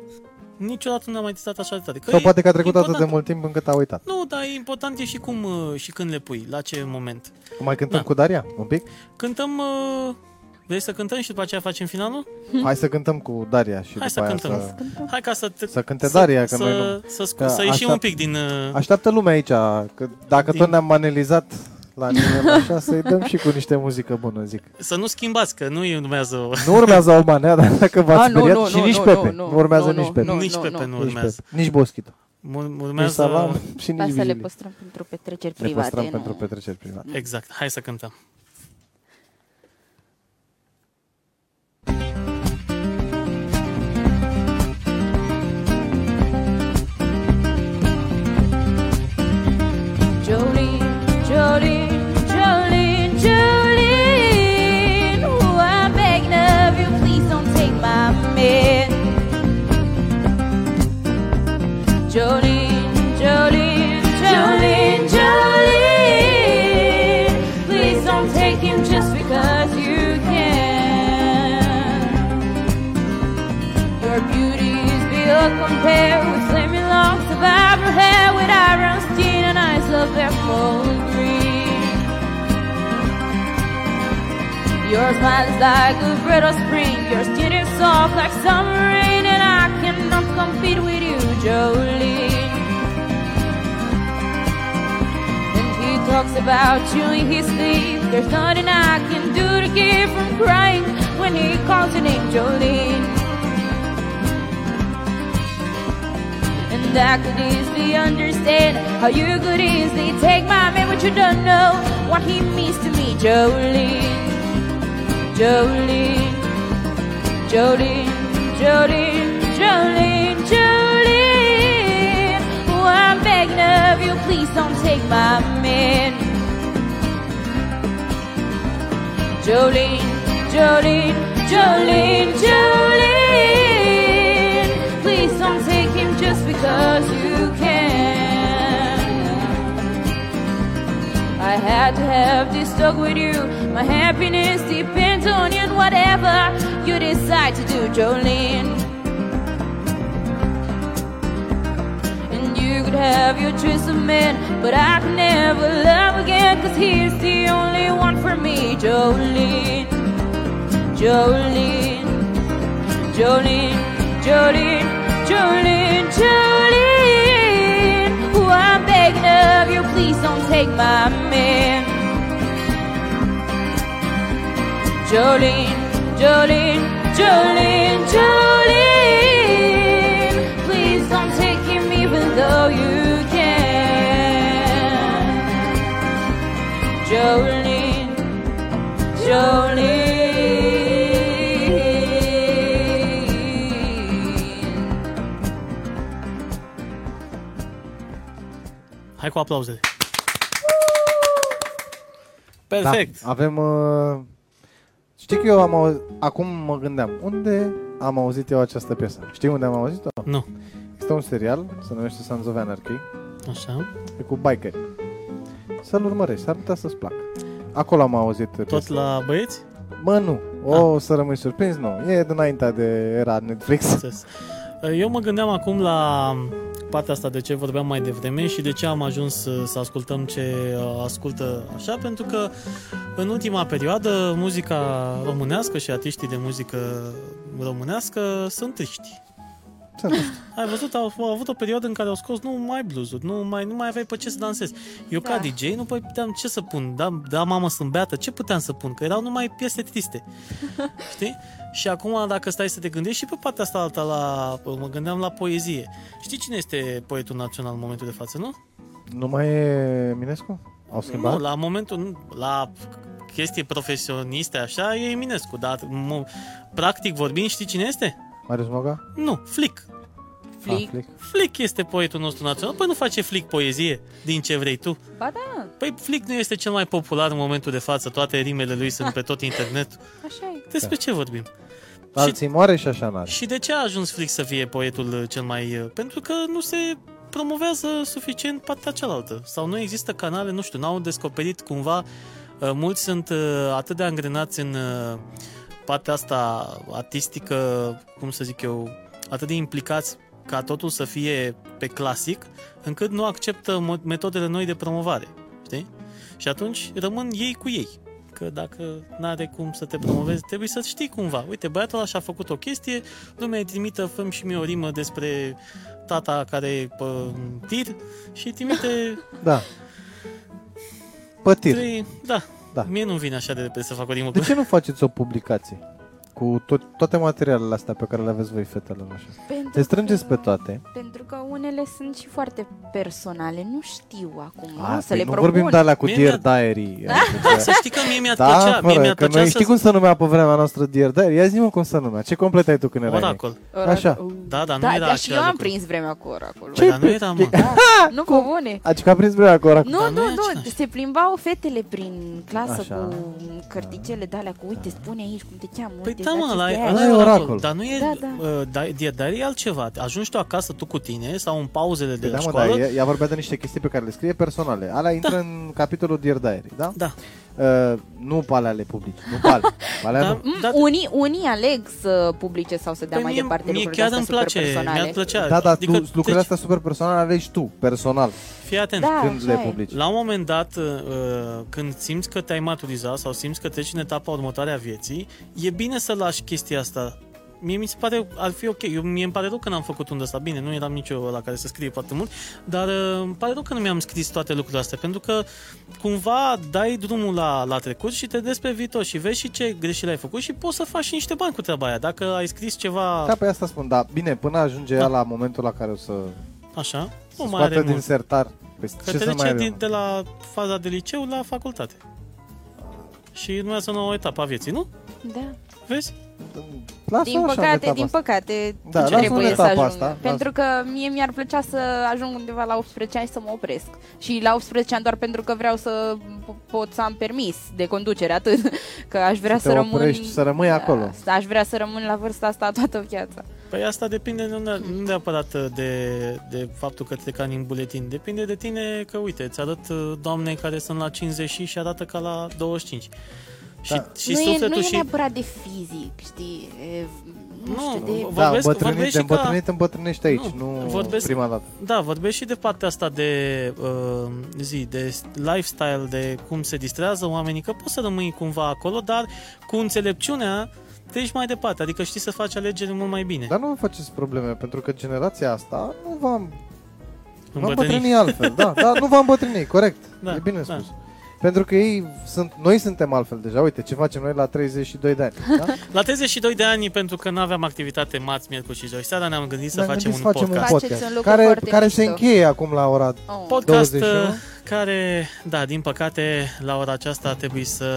Niciodată nu ne-am mai distrat așa de tare. Că Sau e poate că a trecut atât de Păi, important. mult timp încât a uitat. Nu, dar e important e și cum uh, și când le pui, la ce moment. Mai cântăm Da. cu Daria un pic? Cântăm... uh, Vrei să cântăm și după aceea facem finalul? Hai să cântăm cu Daria și Mhm. Hai să după aia cântăm. să... Hai ca să... Te, Să cânte Daria, că să, noi nu- Să, scu- că să ieșim așa- un pic din... uh, Așteaptă lumea aici, că dacă Din- tot ne-am analizat la nivel așa, să-i dăm și cu niște muzică bună, zic. Să nu schimbați, că nu urmează... o- Nu urmează o manea, dar dacă v-ați A, nu, speriat nu, și nu, nici nu, Pepe. nu, nu, urmează nu, nici nu, Pepe. Nici nu, pe nu. pe nu Nici, urmează. Pepe. nici Boschito. Mur- Nici Urmează... Salam și nici Dar să le Vigilie. păstrăm pentru petreceri Le private. păstrăm nu? pentru petreceri private. Exact, hai să cântăm. Jolene, Jolene, Jolene, Jolene. Oh, I'm begging of you, please don't take my man. Jolene, Jolene, Jolene, Jolene. Please don't take him just because you can. Your beauty's beyond compare with flaming locks of ivory hair, with iron skin and eyes of apple green. Your smile is like a breath of spring, your skin is soft like summer rain, and I cannot compete with you, Jolene. And he talks about you in his sleep. There's nothing I can do to keep from crying when he calls your name, Jolene. And I could easily understand how you could easily take my man, but you don't know what he means to me, Jolene. Jolene, Jolene, Jolene, Jolene, Jolene. Oh, I'm begging of you, please don't take my man. Jolene, Jolene, Jolene, Jolene. Please don't take him just because you can. I had to have this talk with you. My happiness depends on you and whatever you decide to do, Jolene. And you could have your choice of men, but I can never love again, cause he's the only one for me, Jolene. Jolene, Jolene, Jolene, Jolene, Jolene. Oh, I'm begging of you, please. please don't take my man. Jolene, Jolene, Jolene, Jolene. Please don't take him even though you can. Jolene, Jolene. Hai cu aplauze. Perfect. Da, avem... Uh... Știi că eu am auzit, acum mă gândeam, unde am auzit eu această piesă? Știi unde am auzit-o? Nu. Există un serial, se numește Sons of Anarchy, Așa. e cu bikeri. Să-l urmărești, s-ar putea să-ți placă. Acolo am auzit Tot piesa. la Da. băieți? Mă, nu. O, să rămâi surprins? Nu. E dinaintea de era Netflix. Înțeles. Eu mă gândeam acum la partea asta de ce vorbeam mai devreme și de ce am ajuns să să ascultăm ce uh, ascultă așa, pentru că în ultima perioadă muzica românească și artiștii de muzică românească sunt triști. Să nu știu. Ai văzut, au, au avut o perioadă în care au scos nu mai bluesuri, nu mai, nu mai aveai pe ce să dansezi. Eu da. ca Da. DJ nu păi puteam ce să pun, da, da mamă sunt beată, ce puteam să pun, că erau numai piese triste. Știi? Și acum dacă stai să te gândești și pe partea asta alta, la, mă gândeam la poezie. Știi cine este poetul național în momentul de față, nu? Nu mai e Minescu? Au schimbat? Nu, la momentul, la chestii profesioniste așa, e Eminescu, dar mo- practic vorbind, știi cine este? Marius Moga? Nu, Flick. Flick. Ah, Flick. Flick este poetul nostru național. Păi nu face Flick poezie din ce vrei tu. Ba da, Păi Flick nu este cel mai popular în momentul de față. Toate rimele lui sunt pe tot internet. așa e. Despre ce vorbim? Alții moare și așa n Și de ce a ajuns Flick să fie poetul uh, cel mai... uh, Pentru că nu se promovează suficient partea cealaltă. Sau nu există canale, nu știu, n-au descoperit cumva... uh, Mulți sunt uh, atât de angrenați în uh, partea asta artistică, cum să zic eu, atât de implicați ca totul să fie pe clasic, încât nu acceptă mo- metodele noi de promovare, știi? Și atunci rămân ei cu ei. Că dacă n-are cum să te promovezi, trebuie să știi cumva. Uite, băiatul ăla și-a făcut o chestie, lumea îi trimită, făm și mie o rimă despre tata care e pe un tir și îi trimite Da. Pătir. trei... Da. Da. da. Mie nu vine așa de repede să fac o rimă De cu ce nu faceți o publicație? Cu tot, toate materialele astea pe care le aveți voi, fetele așa. Pentru Le strângeți că, pe toate. Pentru că unele sunt și foarte personale, nu știu acum Ah, să păi le nu propun. vorbim de alea cu Mie Dear mi-a- Diary. Să adică- știi că mie mi-ar Da, plăcea, mie fără, mi-ar că plăcea noi știi să cum se numea pe vremea noastră Dear Diary? Ia zi-mă cum se numea. Ce complet ai tu când erai mic? Oracol. Ora- Așa. Da, dar nu Da, era dar așa și eu am lucru. prins vremea cu oracolul. Păi, dar nu era, mă. Nu cu bune. Adică a prins vremea cu oracol. Dar Nu, nu e nu, nu, același. se plimbau fetele prin clasă Așa. cu cărticele de alea cu uite, spune aici cum te cheamă, Păi uite, da, mă, faceți la, de aia. ăla e e oracol. oracol. Dar nu e, Da, da, da. da. Uh, dar, dar, dar e altceva. Ajungi tu acasă, tu cu tine, sau în pauzele de Păi la da, mă, școală. da, ea, ea vorbea de niște chestii pe care le scrie personale. Alea intră în capitolul Dear Diary, da? Da. Uh, nu pe alea le publici, nu pe alea. Pe alea Dar- nu. Mm, da, Unii, unii aleg să publice sau să dea păi mai mie, departe mie lucrurile chiar astea îmi super place, personale. mi-ar plăcea. Da, da, tu lucrurile deci, astea super personale alegi tu, personal, Fii atent. Da, când așa le e. publici. La un moment dat, uh, când simți că te-ai maturizat sau simți că treci în etapa următoare a vieții, e bine să lași chestia asta. Mie mi se pare, ar fi ok, eu, mie îmi pare rău că n-am făcut un de asta bine, nu eram nici eu la care să scrie foarte mult, dar uh, îmi pare rău că nu mi-am scris toate lucrurile astea, pentru că cumva dai drumul la, la trecut și te des pe viitor și vezi și ce greșeli ai făcut și poți să faci și niște bani cu treaba aia. Dacă ai scris ceva Da, pe asta spun, da, bine, până ajunge ea la momentul la care o să, așa, să nu mai are scoată din mult. sertar. Păi, Că ce să mai trece avem? din, de la faza de liceu la facultate. Și urmează o nouă etapă a vieții, nu? Da. Vezi? Lasă Din așa păcate, etapa din asta. păcate, Da, ce lasă-o în trebuie să etapa ajung. asta, lasă. Pentru că mie mi-ar plăcea să ajung undeva la 18 ani să mă opresc. Și la 18 ani doar pentru că vreau să po- pot să am permis de conducere, atât. Că aș vrea Să să, te rămân... oprești, să rămâi Da, acolo. Aș vrea să rămân la vârsta asta toată viața. Păi asta depinde nu, ne- nu neapărat uh, de, de faptul că te cani în buletin. Depinde de tine că, uite, îți arăt uh, doamne care sunt la 50 și arată ca la 25. Și, Da. și nu e, sufletul nu și... e neapărat de fizic, știi? E, nu, Nu, știu, de... v- Da, Vorbesc- vorbesc bătrânit, de și ca- îmbătrânit, îmbătrânește aici, Nu, nu vorbesc- prima dată. Da, vorbești și de partea asta de uh, zi, de lifestyle, de cum se distrează oamenii, că poți să rămâi cumva acolo, dar cu înțelepciunea treci mai departe, adică știi Da, să faci alegeri mult mai bine. Dar nu vă faceți probleme, pentru că generația asta nu va Va îmbătrâni altfel, da, dar nu va îmbătrâni, corect. Da, Da, e bine da. spus. Da. Pentru că ei sunt, noi suntem altfel deja. Uite, ce facem noi la 32 de ani, da? La 32 de ani, pentru că nu aveam activitate marți, miercuri și joi seara, ne-am gândit să Ne-am facem gândit un să facem podcast. un Faceți podcast un lucru care foarte care se mișto. încheie acum la ora Oh. Podcast 21. uh, care, da, din păcate, la ora aceasta trebuie să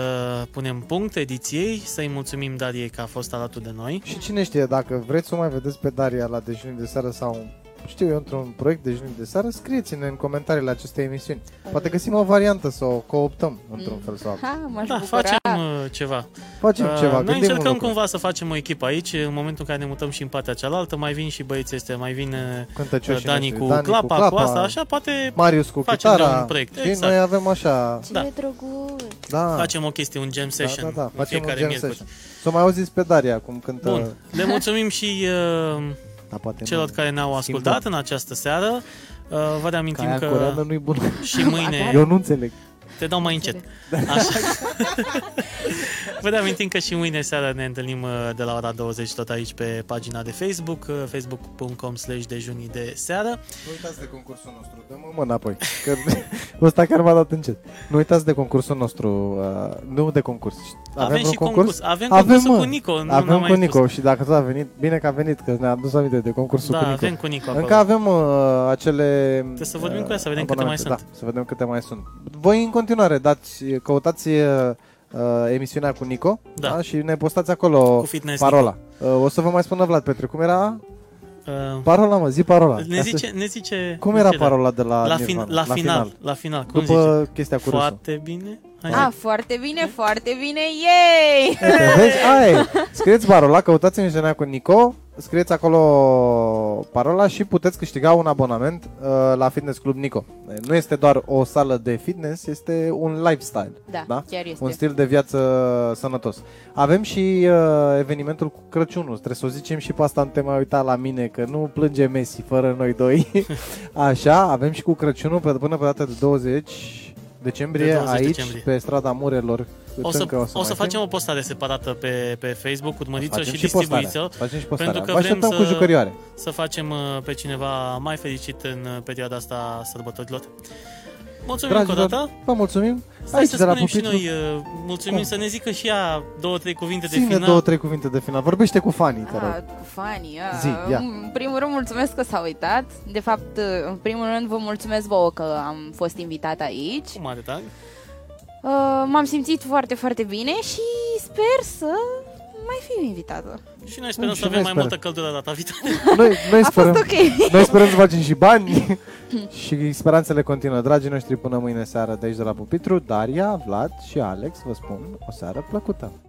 punem punct ediției, să-i mulțumim Dariei că a fost alături de noi. Și cine știe, dacă vreți să o mai vedeți pe Daria la dejunul de seară sau știu eu, într-un proiect de juni de seară, scrieți-ne în comentariile acestei emisiuni. Păi. Poate găsim o variantă să o cooptăm Mm. într-un fel sau altul. Ha, m-aș Da, bucura. facem uh, ceva. Facem Uh, Noi ceva, gândim un încercăm lucru. cumva să facem o echipă aici, în momentul în care ne mutăm și în partea cealaltă, mai vin și băieții ăștia, mai vin uh, Cântăcioșii Dani noștri, cu clapa, cu asta, așa, poate Marius cu Facem de chitara un proiect, și exact. noi avem așa, Ce Da. drăguț! da, facem o chestie, un jam da, session da, da, în facem un fiecare jam miercuri. session. Da. Să mai auziți pe Daria cum cântă, Bun, le mulțumim și uh, da, poate celor nu, care ne-au Schimbăm. ascultat în această seară. Uh, Vă că reamintim aia coreană că nu-i bună. și mâine... Eu nu înțeleg. Te dau mai încet. Așa. Vă reamintim că și mâine seara ne întâlnim uh, de la ora 20 tot aici pe pagina de Facebook, uh, facebook.com slash dejunii de seară. Nu uitați de concursul nostru, dă-mă mă înapoi, că ăsta chiar v-a dat încet. Nu uitați de concursul nostru, uh, nu de concurs. Avem, vreun și concurs. Avem, Avem, concursul mă. cu Nico. nu avem n-am cu mai Nico spus. și dacă tot a venit, bine că a venit, că ne-a adus aminte de concursul Da, cu Nico. avem cu Nico acolo. Încă avem uh, acele... Trebuie să vorbim cu ea, să vedem câte mai da, Să vedem câte mai sunt. Voi în continuare dați, căutați uh, emisiunea cu Nico Da. și ne postați acolo Cu fitness parola. Uh, o să vă mai spună Vlad Petre, cum era Uh, parola, mă, zi parola. ne Ca zice, să- ne zice... Cum ne era zice, da. parola de la La, fin, Nirvana? la, final, la final, cum zice? După chestia cu rusul. Foarte bine. Hai A, zi. foarte bine, foarte bine, yay! Uite, vezi? Aia e. Scrieți parola, căutați emisiunea cu Nico, scrieți acolo parola și puteți câștiga un abonament uh, la Fitness Club Nico. Nu este doar o sală de fitness, este un lifestyle. Da, da? chiar este. Un stil de viață sănătos. Avem și uh, evenimentul cu Crăciunul. Trebuie să o zicem și pe asta nu te mai uita la mine, că nu plânge Messi fără noi doi. Așa, avem și cu Crăciunul pe- până pe data de 20 decembrie De 20 aici, decembrie. pe strada Murelor. O Cred că să, o mai să fim. facem o postare separată pe, pe Facebook, urmăriți-o Facem și postarea. distribuiți-o. Facem și postarea. pentru că Vă așteptăm vrem cu să- jucărioare. să facem uh, pe cineva mai fericit în uh, perioada asta a sărbătorilor. Mulțumim încă o dată. Dragilor, vă mulțumim. Hai să de la spunem și noi, Pupitru. uh, mulțumim Cum? să ne zică și ea două, trei cuvinte de Ține final. două, trei cuvinte de final. Vorbește cu fanii, te rog. Ah, cu fanii, ah. Zi, ia. În primul rând mulțumesc că s-a uitat De fapt, în primul rând vă mulțumesc vouă că am fost invitat aici Cu mare drag. Uh, M-am simțit foarte, foarte bine și sper să mai fiu invitată Și noi sperăm Și să avem noi mai sperăm. multă căldură data viitoare. Noi, noi A fost sperăm, ok noi sperăm să facem și bani și speranțele continuă. Dragii noștri, până mâine seară de aici de la Pupitru, Daria, Vlad și Alex vă spun o seară plăcută.